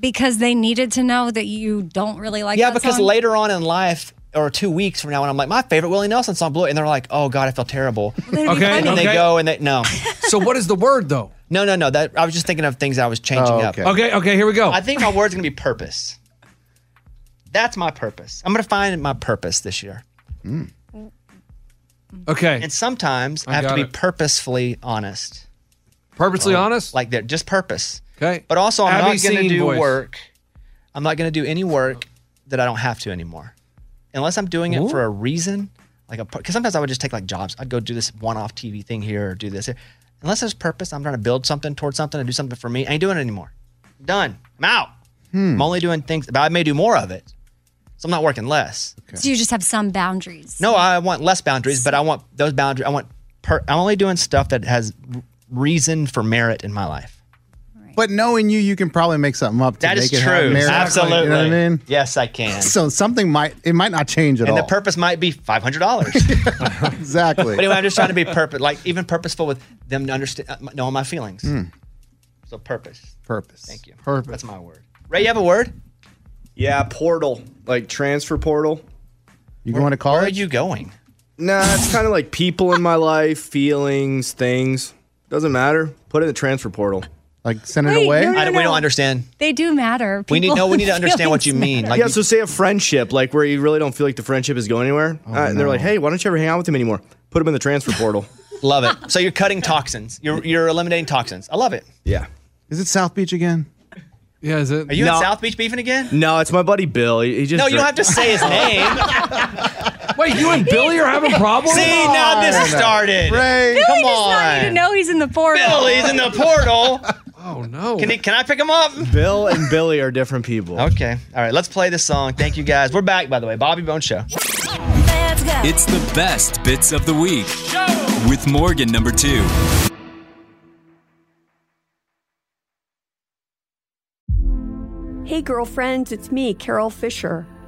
S8: Because they needed to know that you don't really like.
S5: yeah,
S8: that
S5: because
S8: song?
S5: later on in life. Or two weeks from now, and I'm like, my favorite Willie Nelson song blew it, and they're like, oh god, I felt terrible.
S8: Well, that'd be
S5: and then
S7: funny.
S5: they
S7: Okay.
S5: go and they no.
S7: So what is the word though?
S5: No, no, no. That I was just thinking of things I was changing
S7: Oh, okay.
S5: up.
S7: Okay, okay, here we go.
S5: I think my word's gonna be purpose. That's my purpose. I'm gonna find my purpose this year.
S7: Hmm. Okay.
S5: And sometimes I,
S7: I
S5: have to
S7: got
S5: be
S7: it.
S5: purposefully honest.
S7: Purposely honest?
S5: Like that, just purpose.
S7: Okay.
S5: But also, I'm
S7: Abby
S5: not gonna
S7: singing
S5: do
S7: voice.
S5: work. I'm not gonna do any work that I don't have to anymore, unless I'm doing it for a reason. Like a because sometimes I would just take like jobs. I'd go do this one-off TV thing here or do this. Here. Unless there's purpose, I'm trying to build something towards something and do something for me. I ain't doing it anymore. Done. I'm out.
S7: Hmm.
S5: I'm only doing things, but I may do more of it. So I'm not working less.
S8: So you just have some boundaries.
S5: No, I want less boundaries, but I want those boundaries. I want. Per- I'm only doing stuff that has r- reason for merit in my life.
S6: But knowing you, you can probably make something up to
S5: That
S6: make
S5: is
S6: it
S5: true.
S6: happen.
S5: Absolutely.
S6: You know what I mean?
S5: Yes, I can.
S6: So something might it might not change at
S5: and the
S6: all.
S5: purpose might be five hundred dollars.
S6: exactly.
S5: But anyway, I'm just trying to be purpose, like even purposeful with them to understand, uh, m- knowing my feelings.
S6: Mm.
S5: So purpose.
S6: Purpose.
S5: Thank you.
S6: Purpose.
S5: That's my word. Ray, you have a word?
S19: Yeah, portal, like transfer portal.
S6: You going to college?
S5: Where are you going?
S19: Nah, it's kind of like people in my life, feelings, things. Doesn't matter. Put it in the transfer portal.
S6: Like send
S8: it Wait, away? no, no,
S19: I don't,
S8: no.
S5: understand.
S8: They do matter.
S19: We need-
S8: People
S19: no, we need to understand what you
S8: feelings
S19: mean.
S8: matter.
S19: yeah, so say a friendship, like where you really don't feel like the friendship is going anywhere.
S7: Oh,
S19: uh, and they're
S5: no.
S19: like, hey, why don't you ever hang out with him anymore? Put him in the transfer portal.
S5: Love it. So you're cutting toxins. You're you're eliminating toxins. I love it.
S19: Yeah.
S6: Is it South Beach again?
S7: Yeah, is it?
S5: Are you
S19: No.
S5: in South Beach beefing again?
S19: No, it's my buddy Bill. He, he just
S5: no, you don't have to say his name.
S7: Wait, you and Billy are having problems?
S5: See, now this has started.
S8: Billy
S5: come
S8: does
S5: on.
S8: not need to know he's in the portal.
S5: Billy's in the portal.
S7: Oh no.
S5: Can, he, can I pick him up?
S19: Bill and Billy are different people.
S5: Okay. All right, let's play this song. Thank you guys. We're back, by the way. Bobby Bone Show.
S3: It's the best bits of the week with Morgan number two.
S12: Hey, girlfriends, it's me, Carol Fisher.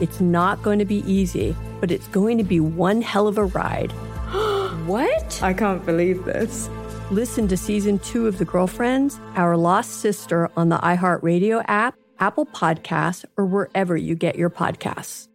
S12: It's not going to be easy, but it's going to be one hell of a ride. what? I can't believe this. Listen to season two of The Girlfriends, Our Lost Sister on the iHeartRadio app, Apple Podcasts, or wherever you get your podcasts.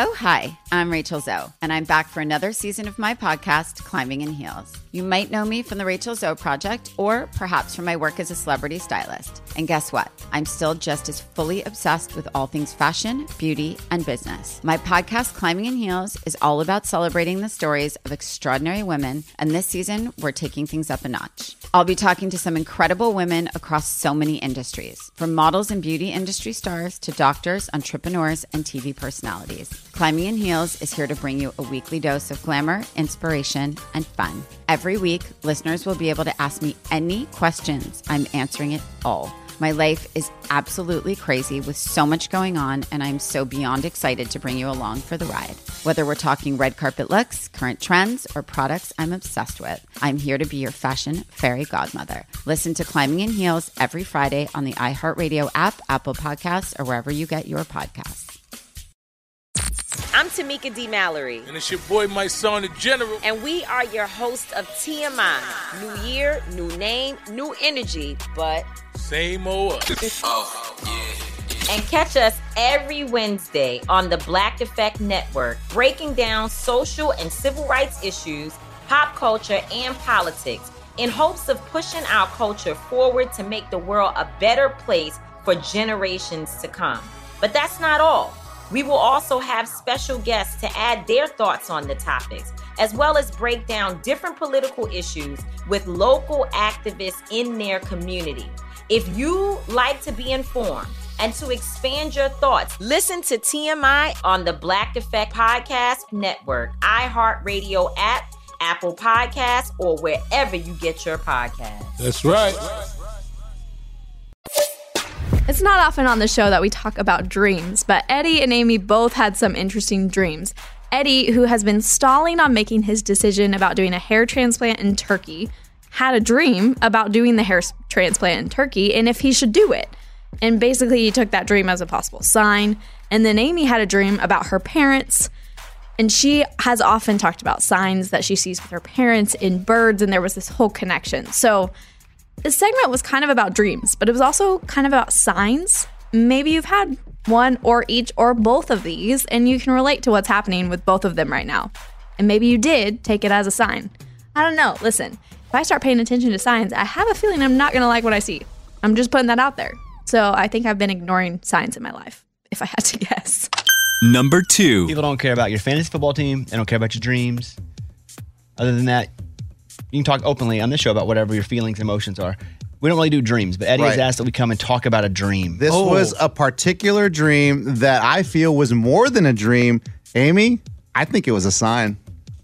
S20: Oh, hi, I'm Rachel Zoe, and I'm back for another season of my podcast, Climbing in Heels. You might know me from the Rachel Zoe Project or perhaps from my work as a celebrity stylist. And guess what? I'm still just as fully obsessed with all things fashion, beauty, and business. My podcast, Climbing in Heels, is all about celebrating the stories of extraordinary women, and this season, we're taking things up a notch. I'll be talking to some incredible women across so many industries, from models and beauty industry stars to doctors, entrepreneurs, and TV personalities. Climbing in Heels is here to bring you a weekly dose of glamour, inspiration, and fun. Every week, listeners will be able to ask me any questions. I'm answering it all. My life is absolutely crazy with so much going on, and I'm so beyond excited to bring you along for the ride. Whether we're talking red carpet looks, current trends, or products I'm obsessed with, I'm here to be your fashion fairy godmother. Listen to Climbing in Heels every Friday on the iHeartRadio app, Apple Podcasts, or wherever you get your podcasts.
S21: Tamika D. Mallory.
S22: And it's your boy, my son, the general.
S21: And we are your hosts of TMI. New year, new name, new energy, but
S22: same old us.
S21: And catch us every Wednesday on the Black Effect Network, breaking down social and civil rights issues, pop culture, and politics in hopes of pushing our culture forward to make the world a better place for generations to come. But that's not all. We will also have special guests to add their thoughts on the topics, as well as break down different political issues with local activists in their community. If you like to be informed and to expand your thoughts, listen to TMI on the Black Effect Podcast Network, iHeartRadio app, Apple Podcasts, or wherever you get your podcasts.
S22: That's right.
S4: It's not often on the show that we talk about dreams, but Eddie and Amy both had some interesting dreams. Eddie, who has been stalling on making his decision about doing a hair transplant in Turkey, had a dream about doing the hair s- transplant in Turkey and if he should do it. And basically, he took that dream as a possible sign. And then Amy had a dream about her parents. And she has often talked about signs that she sees with her parents in birds, and there was this whole connection. So, this segment was kind of about dreams, but it was also kind of about signs. Maybe you've had one or each or both of these, and you can relate to what's happening with both of them right now. And maybe you did take it as a sign. I don't know. Listen, if I start paying attention to signs, I have a feeling I'm not going to like what I see. I'm just putting that out there. So I think I've been ignoring signs in my life, if I had to guess.
S5: Number two. People don't care about your fantasy football team. They don't care about your dreams. Other than that, you can talk openly on this show about whatever your feelings, emotions are. We don't really do dreams, but Eddie has
S6: Right.
S5: asked that we come and talk about a dream.
S6: This
S7: Oh.
S6: was a particular dream that I feel was more than a dream. Amy, I think it was a sign.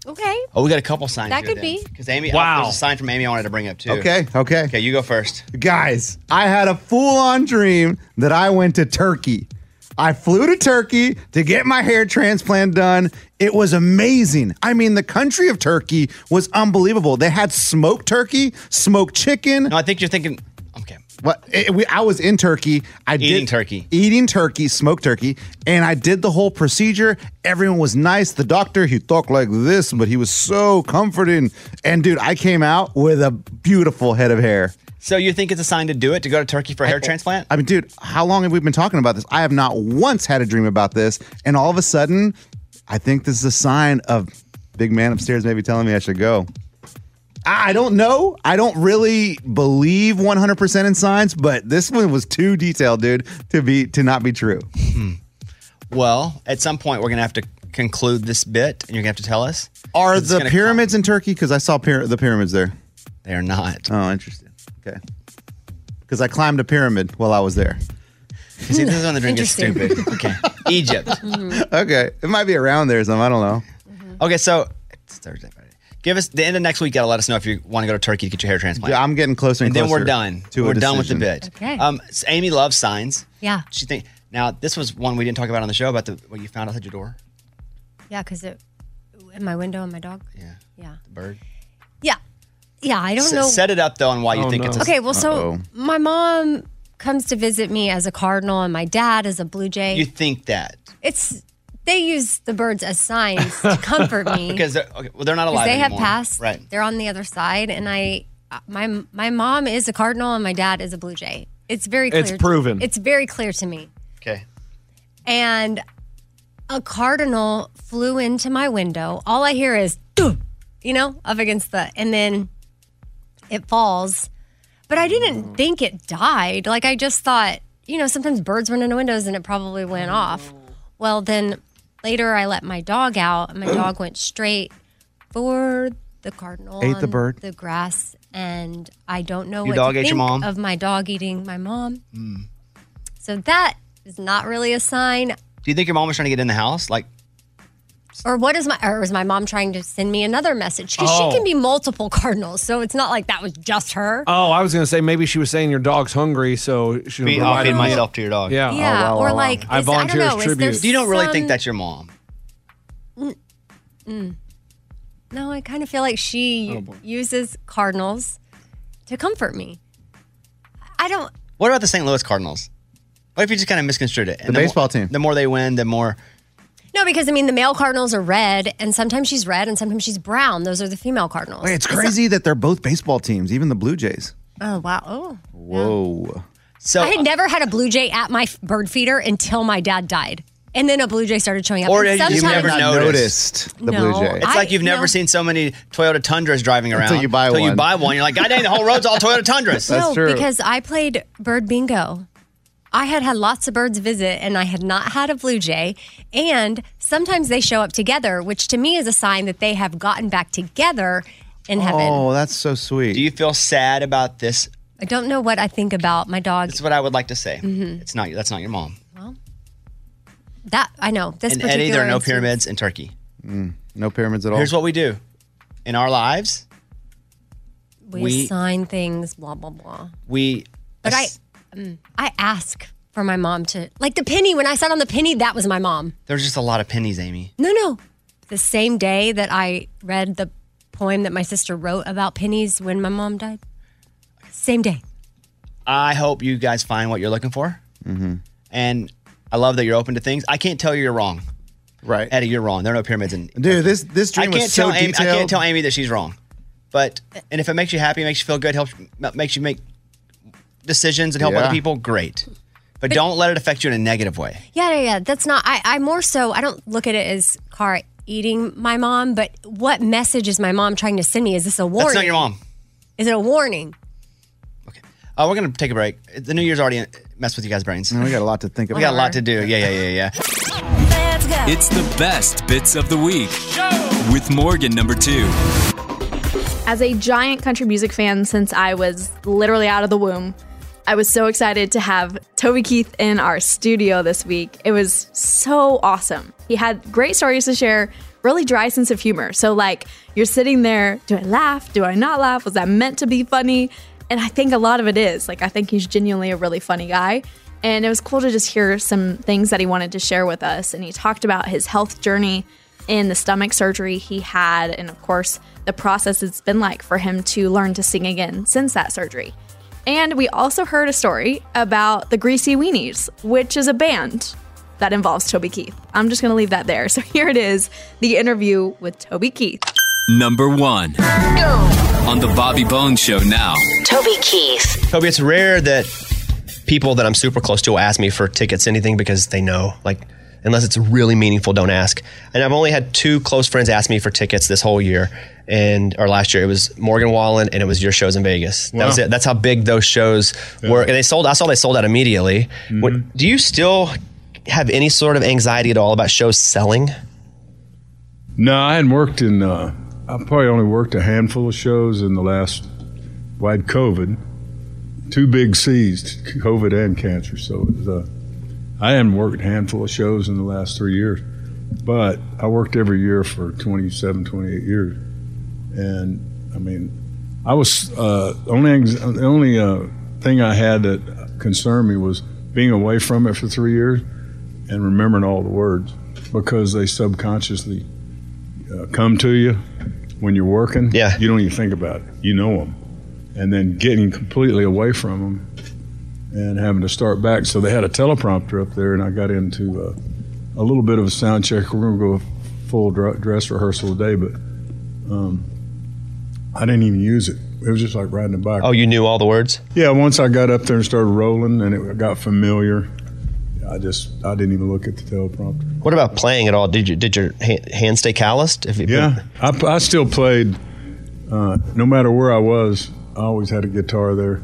S8: Okay.
S5: Oh, we got a couple signs.
S8: That could be.
S5: Because Amy,
S6: Wow.
S5: wow. there's a sign from Amy I wanted to bring up too.
S6: Okay, okay.
S5: Okay, you go first.
S6: Guys, I had a full on dream that I went to Turkey. I flew to Turkey to get my hair transplant done. It was amazing. I mean, the country of Turkey was unbelievable. They had smoked turkey, smoked chicken. No,
S5: I think you're thinking.
S6: What it, we, I was in Turkey. I eating did,
S5: turkey,
S6: eating turkey, smoked turkey, and I did the whole procedure. Everyone was nice. The doctor he talked like this, but he was so comforting. And dude, I came out with a beautiful head of hair.
S5: So you think it's a sign to do it to go to Turkey for a hair transplant?
S6: I mean, dude, how long have we been talking about this? I have not once had a dream about this, and all of a sudden, I think this is a sign of big man upstairs maybe telling me I should go. I I don't know. I don't really believe 100% in signs, but this one was too detailed, dude, to be to not be true.
S5: Well, at some point we're gonna have to conclude this bit, and you're gonna have to tell us.
S6: Are
S5: It's
S6: the
S5: gonna
S6: pyramids in Turkey? Because I saw pyra- the pyramids there.
S5: They are not.
S6: Oh, interesting. Okay. Because I climbed a pyramid while I was there.
S5: See, this is when the drink is
S6: Interesting.
S5: stupid. Okay, Egypt.
S6: okay, it might be around there or something. I don't know.
S5: Okay, so it's Thursday, Friday. Give us the end of next week. Gotta let us know if you want to go to Turkey to get your hair transplant.
S6: Yeah, I'm getting closer and,
S5: and then
S6: closer
S5: we're done.
S6: To a
S5: we're done with the
S6: decision.
S5: bit. Okay. Um, so Amy loves signs.
S8: Yeah.
S5: She think now this was one we didn't talk about on the show about the what you found outside your door,
S8: Yeah, because it in my window and my dog. Yeah. Yeah.
S5: the bird.
S8: Yeah. Yeah. I don't
S5: S-
S8: know.
S5: Set it up though on why you
S6: Oh,
S7: Oh,
S5: think it's a,
S8: okay. Well, so my mom comes to visit me as a cardinal, and my dad as a blue jay.
S5: you think that
S8: it's they use the birds as signs to comfort me
S5: because they're, okay, well they're not
S8: 'Cause
S5: alive.
S8: they have
S5: anymore.
S8: passed.
S5: Right.
S8: They're on the other side, and I, uh, my my mom is a cardinal, and my dad is a blue jay. It's very clear.
S7: It's proven.
S8: It's very clear to me.
S5: Okay.
S8: And a cardinal flew into my window. All I hear is, "Doo," you know, up against the, and then it falls. But I
S6: Mm.
S8: didn't think it died. Like I just thought, you know, sometimes birds run into windows and it probably went
S6: Mm.
S8: off. Well, then later I let my dog out and my dog went straight for the cardinal.
S6: Ate the
S8: on
S6: bird?
S8: The grass. And I don't know
S5: Your
S8: Oh, what
S5: dog
S8: to
S5: ate your
S8: think
S5: mom? Hmm.
S8: of my dog eating my mom. So that is not really a sign.
S5: Do you think your mom was trying to get in the house? Like
S8: Or what is my or was my mom trying to send me another message? Because
S7: Oh.
S8: she can be multiple cardinals, so it's not like that was just her.
S7: Oh, I was gonna say maybe she was saying your dog's hungry, so she
S5: Be- I'll feed myself to your dog.
S7: Yeah,
S8: Yeah,
S6: Oh,
S8: or like,
S7: I
S8: is- I don't
S7: volunteer
S8: know,
S7: as
S8: is there
S7: tribute.
S5: You don't really think
S8: some-
S5: that's your mom.
S8: Mm. No, I kind of feel like
S5: Oh,
S8: she uses cardinals to comfort me. I don't.
S5: What about the St. Louis Cardinals? What if you just kind of misconstrued it? And
S6: The baseball
S5: more,
S6: team.
S5: The more they win, the more
S8: No, because I mean, the male cardinals are red, and sometimes she's red, and sometimes she's brown. Those are the female cardinals.
S6: Wait, it's crazy that they're both baseball teams, even the Blue Jays.
S8: Oh wow! Oh,
S6: Whoa.
S5: So
S8: I had never had a blue jay at my f- bird feeder until my dad died, and then a blue jay started showing up.
S5: Or
S8: and
S5: you've never
S8: sometimes-
S5: noticed
S8: the Blue No, Jay.
S5: It's like
S8: I-
S5: you've never
S8: no.
S5: seen so many Toyota Tundras driving around
S6: Until you buy
S5: Until you
S6: one.
S5: buy one, you're like, God dang, the whole road's all Toyota Tundras.
S8: no, because I played bird bingo. I had had lots of birds visit, and I had not had a blue jay. And sometimes they show up together, which to me is a sign that they have gotten back together in heaven.
S6: Oh, that's so sweet.
S5: Do you feel sad about this?
S8: I don't know what I think about my dog.
S5: That's what I would like to say.
S8: Mhm.
S5: It's not that's not your mom.
S8: That I know. This
S5: and
S8: particular
S5: Eddie, there are no
S8: instance-
S5: pyramids in Turkey.
S6: Mm, no pyramids at all.
S5: Here's what we do in our lives.
S8: We,
S5: We-
S8: assign things, blah blah blah.
S5: We
S8: But I, mm, I ask for my mom to like the penny. When I sat on the penny, that was my mom.
S5: there's just a lot of pennies, Amy.
S8: No, no. The same day that I read the poem that my sister wrote about pennies when my mom died. Same day.
S5: I hope you guys find what you're looking for.
S6: Mm-hmm.
S5: And I love that you're open to things. I can't tell you you're wrong.
S6: Right.
S5: Eddie, you're wrong. There are no pyramids in
S6: Dude, this this
S5: I
S6: dream
S5: can't
S6: was so
S5: tell Amy, I
S6: detailed.
S5: can't tell Amy that she's wrong. But and if it makes you happy, makes you feel good, helps makes you make decisions and help
S8: Yeah.
S5: other people, great. But
S8: But-
S5: don't let it affect you in a negative way.
S8: Yeah, yeah, yeah. That's not. I, I more so. I don't look at it as car eating my mom. But what message is my mom trying to send me? Is this a warning?
S5: That's not your mom.
S8: Is it a warning?
S5: Oh, we're gonna take a break. The New Year's already uh, messed with you guys' brains.
S6: we got a lot to think
S5: We got a lot to do. Yeah, yeah, yeah, yeah.
S3: It's the best bits of the week with Morgan number two.
S4: As a giant country music fan since I was literally out of the womb, I was so excited to have Toby Keith in our studio this week. It was so awesome. He had great stories to share, really dry sense of humor. So, like, you're sitting there, do I laugh? Do I not laugh? Was that meant to be funny? And I think a lot of it is. Like, I think he's genuinely a really funny guy. And it was cool to just hear some things that he wanted to share with us. And he talked about his health journey in the stomach surgery he had, and of course, the process it's been like for him to learn to sing again since that surgery. And we also heard a story about the Greasy Weenies, which is a band that involves Toby Keith. I'm just gonna leave that there. So here it is the interview with Toby Keith.
S3: Number one. On the Bobby Bones Show now.
S5: Toby Keith. Toby, it's rare that people that I'm super close to will ask me for tickets, anything, because they know, like, unless it's really meaningful, don't ask. And I've only had two close friends ask me for tickets this whole year and or last year. It was Morgan Wallen and it was your shows in Vegas. That was
S16: Wow.
S5: it. That's how big those shows were. And they sold, I saw they sold out immediately. What- do you still have any sort of anxiety at all about shows selling?
S23: No, I hadn't worked in. Uh, I probably only worked a handful of shows in the last. Well, I had COVID, two big C's, COVID and cancer. So it was, uh, I hadn't worked a handful of shows in the last three years, but I worked every year for 27, 28 years, and I mean, I was uh, the only anx- the only uh, thing I had that concerned me was being away from it for three years and remembering all the words because they subconsciously uh, come to you when you're working. Yeah. You don't even think about it. You know them. And then getting completely away from them and having to start back. So they had a teleprompter up there, and I got into uh, a little bit of a sound check. We're going to go full dr- dress rehearsal today, but um, I didn't even use it. It was just like riding a bike.
S5: Oh, you knew all the words?
S23: Yeah, once I got up there and started rolling and it got familiar, I just, I didn't even look at the teleprompter.
S5: What about playing at all? Did you did your hand, hand stay calloused? If you,
S23: Yeah, I, I still played. Uh, no matter where I was, I always had a guitar there,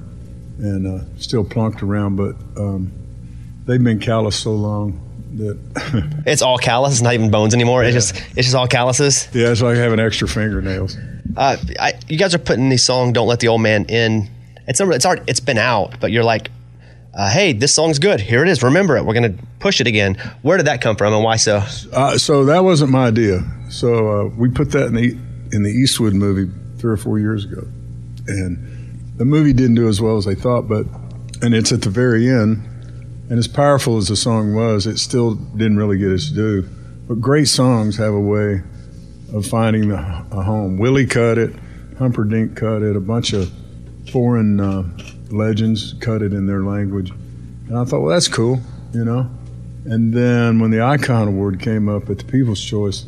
S23: and uh, still plunked around. But um, they've been callous so long that
S5: It's all callous. It's not even bones anymore. It's just it's just all calluses.
S23: Yeah, it's like having extra fingernails.
S5: Uh, I, you guys are putting the song "Don't Let the Old Man In." It's not- it's already, it's been out, but you're like, uh, hey, this song's good. Here it is. Remember it. We're gonna push it again. Where did that come from, and why so?
S23: uh, so that wasn't my idea. So uh, we put that in the in the Eastwood movie three or four years ago, and the movie didn't do as well as they thought. But and it's at the very end, and as powerful as the song was, it still didn't really get its due. But great songs have a way of finding the, a home. Willie cut it, Humperdinck cut it, a bunch of foreign uh, legends cut it in their language, and I thought, well, that's cool, you know And then when the Icon Award came up at the People's Choice,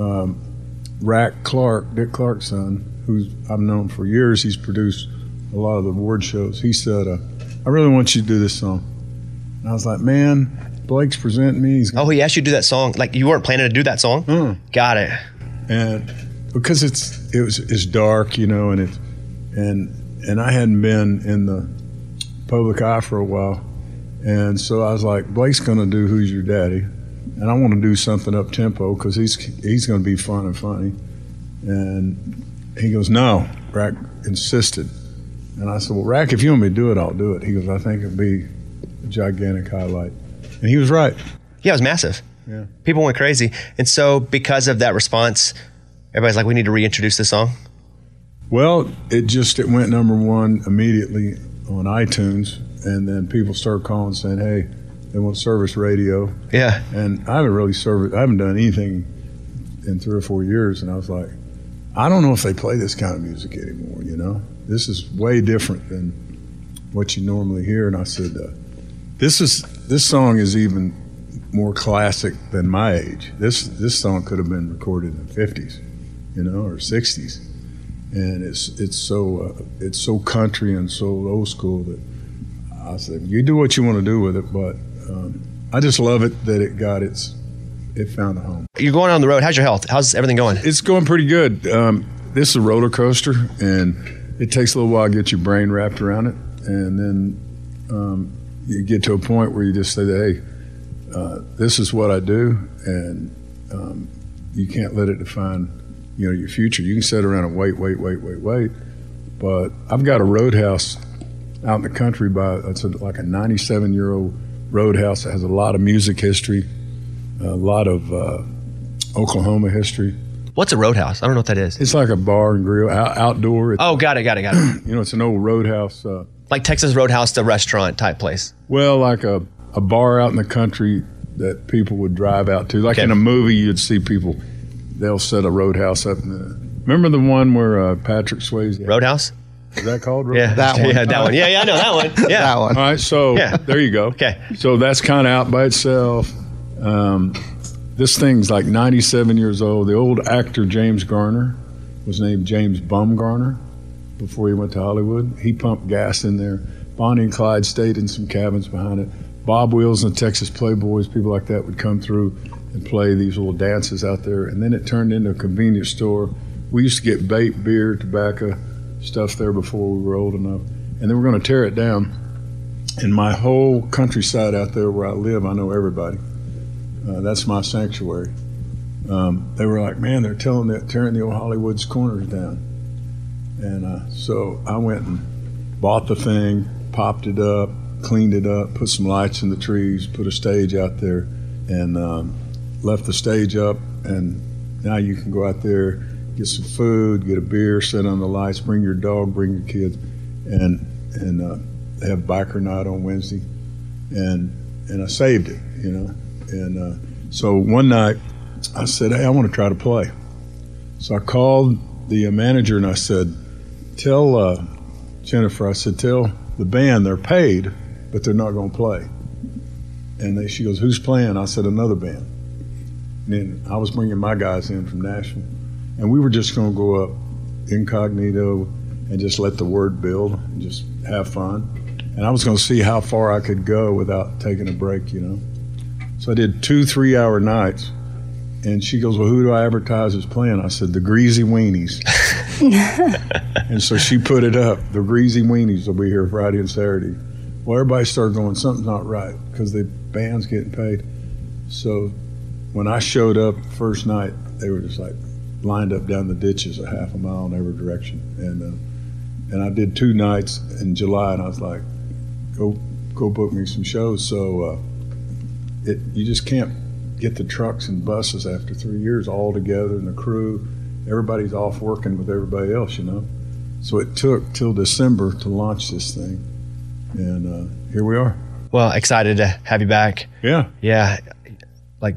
S23: um, Rack Clark, Dick Clark's son, who I've known for years, he's produced a lot of the award shows. He said, uh, "I really want you to do this song." And I was like, "Man, Blake's presenting me." He's
S16: oh, he asked you to do that song. Like you weren't planning to do that song.
S23: Hmm.
S16: Got it.
S23: and because it's it was it's dark, you know, and it and and I hadn't been in the public eye for a while, and so I was like, Blake's gonna do "Who's Your Daddy," and I want to do something up tempo because he's he's gonna be fun and funny, and he goes, "No," Rack insisted, and I said, "Well, Rack, if you want me to do it, I'll do it." He goes, "I think it'd be a gigantic highlight," and he was right.
S16: Yeah, it was massive.
S23: Yeah.
S16: People went crazy, and so because of that response, everybody's like, "We need to reintroduce this song."
S23: Well, it just it went number one immediately on iTunes, and then people started calling saying, "Hey, they want service radio."
S16: Yeah.
S23: And I haven't really service. I haven't done anything in three or four years, and I was like, I don't know if they play this kind of music anymore. You know, this is way different than what you normally hear. And I said, uh, this is this song is even more classic than my age. This this song could have been recorded in the fifties, you know, or sixties, and it's it's so uh, it's so country and so old school that I said you do what you want to do with it, but um, I just love it that it got its it found a home.
S16: You're going on the road. How's your health? How's everything going?
S23: It's going pretty good. Um, this is a roller coaster, and it takes a little while to get your brain wrapped around it, and then um, you get to a point where you just say, "Hey, uh, this is what I do," and um, you can't let it define, you know, your future. You can sit around and wait, wait, wait, wait, wait. But I've got a roadhouse out in the country by it's a, like a 97 year old roadhouse that has a lot of music history, a lot of uh, Oklahoma history.
S16: What's a roadhouse? I don't know what that is.
S23: It's like a bar and grill, out, outdoor. It's,
S16: Oh, got it, got it, got it.
S23: you know, it's an old roadhouse. Uh,
S16: like Texas Roadhouse, the restaurant type place.
S23: well, like a, a bar out in the country that people would drive out to. Like in a movie, you'd see people, they'll set a roadhouse up. In the, remember the one where uh, Patrick Swayze?
S16: Roadhouse?
S23: Is that called
S16: Yeah,
S23: Roadhouse?
S16: that one. Yeah, that one. Yeah, yeah, I know that one. Yeah,
S23: All right, so
S16: Yeah.
S23: there you go.
S16: Okay.
S23: So that's kind of out by itself. Um, this thing's like 97 years old. The old actor James Garner was named James Bumgarner before he went to Hollywood. He pumped gas in there. Bonnie and Clyde stayed in some cabins behind it. Bob Wills and the Texas Playboys, people like that would come through and play these little dances out there. And then it turned into a convenience store. We used to get bait, beer, tobacco, stuff there before we were old enough. And then we're going to tear it down in my whole countryside out there where I live, I know everybody. Uh, that's my sanctuary. Um, they were like, man, they're telling that tearing the old Hollywood's corners down. And uh, so I went and bought the thing, popped it up, cleaned it up, put some lights in the trees, put a stage out there, and um, left the stage up. And now you can go out there, get some food, get a beer, sit on the lights, bring your dog, bring your kids, and and uh, they have biker night on Wednesday, and and I saved it, you know. And uh, so one night, I said, "Hey, I want to try to play." So I called the uh, manager and I said, "Tell uh, Jennifer," I said, "Tell the band they're paid, but they're not going to play." And they, she goes, "Who's playing?" I said, "Another band." And then I was bringing my guys in from Nashville, and we were just going to go up incognito and just let the word build and just have fun. And I was going to see how far I could go without taking a break, you know. So I did two three hour nights. And she goes, Well, who do I advertise as playing? I said, The Greasy Weenies. and so she put it up. The Greasy Weenies will be here Friday and Saturday. Well, everybody started going, Something's not right because the band's getting paid. So when I showed up the first night, they were just like lined up down the ditches a half a mile in every direction. And uh, and I did two nights in July, and I was like, go go book me some shows. So uh, it you just can't get the trucks and buses after three years all together and the crew. Everybody's off working with everybody else, you know. So it took till December to launch this thing, and uh, here we are.
S16: Well, excited to have you back.
S23: Yeah.
S16: Yeah. Like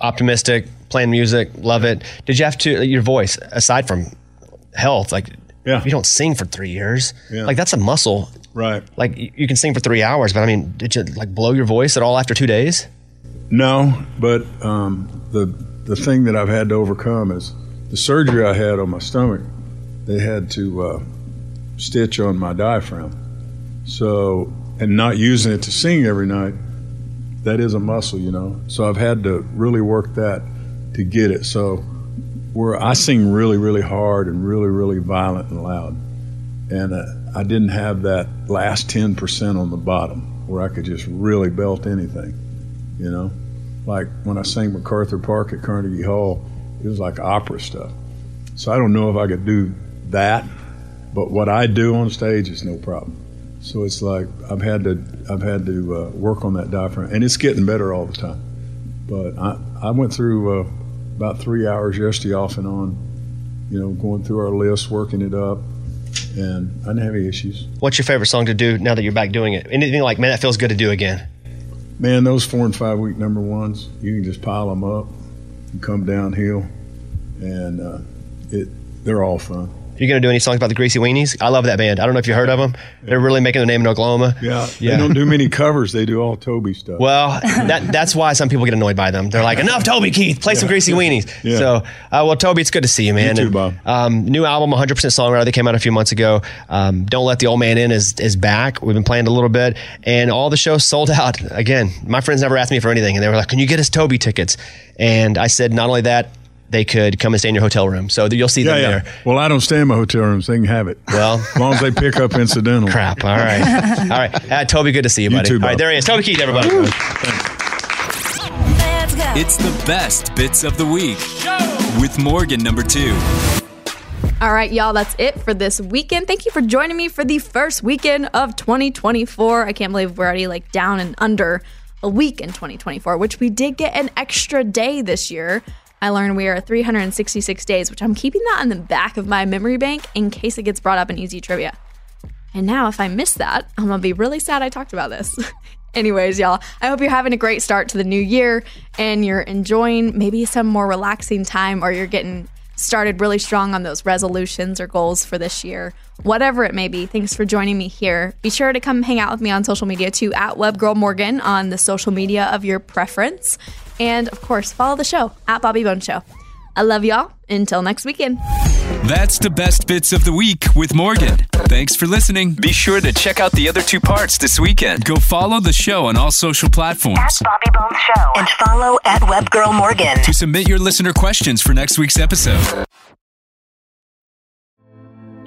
S16: optimistic, playing music, love it. Did you have to your voice aside from health like yeah. you don't sing for 3 years.
S23: Yeah.
S16: Like that's a muscle.
S23: Right.
S16: Like y- you can sing for 3 hours, but I mean, did you like blow your voice at all after 2 days?
S23: No, but um, the the thing that I've had to overcome is the surgery I had on my stomach. They had to uh, stitch on my diaphragm, so and not using it to sing every night. That is a muscle, you know. So I've had to really work that to get it. So where I sing really, really hard and really, really violent and loud, and uh, I didn't have that last ten percent on the bottom where I could just really belt anything you know like when i sang macarthur park at carnegie hall it was like opera stuff so i don't know if i could do that but what i do on stage is no problem so it's like i've had to i've had to uh, work on that diaphragm and it's getting better all the time but i i went through uh, about three hours yesterday off and on you know going through our list working it up and i didn't have any issues
S5: What's your favorite song to do now that you're back doing it? Anything like, man, that feels good to do again.
S23: Man, those four and five week number ones, you can just pile them up and come downhill, and uh, it they're all fun.
S5: You gonna do any songs about the Greasy Weenies? I love that band. I don't know if you heard of them. They're really making their name in Oklahoma.
S23: Yeah,
S5: Yeah.
S23: they don't do many covers; they do all Toby stuff.
S5: Well, that, that's why some people get annoyed by them. They're like, enough, Toby Keith, play some Greasy Weenies. So, uh, well, Toby, it's good to see you, man.
S23: You too,
S5: And,
S23: Bob.
S5: Um, new album, 100% Songwriter, that came out a few months ago. Um, Don't Let the Old Man In is, is back. We've been playing it a little bit, and all the shows sold out. Again, my friends never asked me for anything, and they were like, can you get us Toby tickets? And I said, not only that, they could come and stay in your hotel room. So you'll see them there.
S23: Well, I don't stay in my hotel rooms; they can have it.
S5: Well,
S23: as long as they pick up incidental.
S5: Crap. All right. All right. Uh, Toby, good to see you, buddy.
S23: too,
S5: All right,
S23: Bob.
S5: there he is. Toby Keith, everybody.
S3: It's the best bits of the week with Morgan number two.
S4: All right, y'all, that's it for this weekend. Thank you for joining me for the first weekend of 2024. I can't believe we're already like down and under a week in 2024, which we did get an extra day this year. I learned we are at 366 days, which I'm keeping that in the back of my memory bank in case it gets brought up in easy trivia. And now, if I miss that, I'm gonna be really sad I talked about this. Anyways, y'all, I hope you're having a great start to the new year and you're enjoying maybe some more relaxing time or you're getting started really strong on those resolutions or goals for this year. Whatever it may be, thanks for joining me here. Be sure to come hang out with me on social media too at WebGirlMorgan on the social media of your preference. And of course, follow the show at Bobby Bone Show. I love y'all. Until next weekend.
S3: That's the best bits of the week with Morgan. Thanks for listening. Be sure to check out the other two parts this weekend. Go follow the show on all social platforms.
S14: Bobby Bones Show. And follow at WebGirl Morgan.
S3: To submit your listener questions for next week's episode.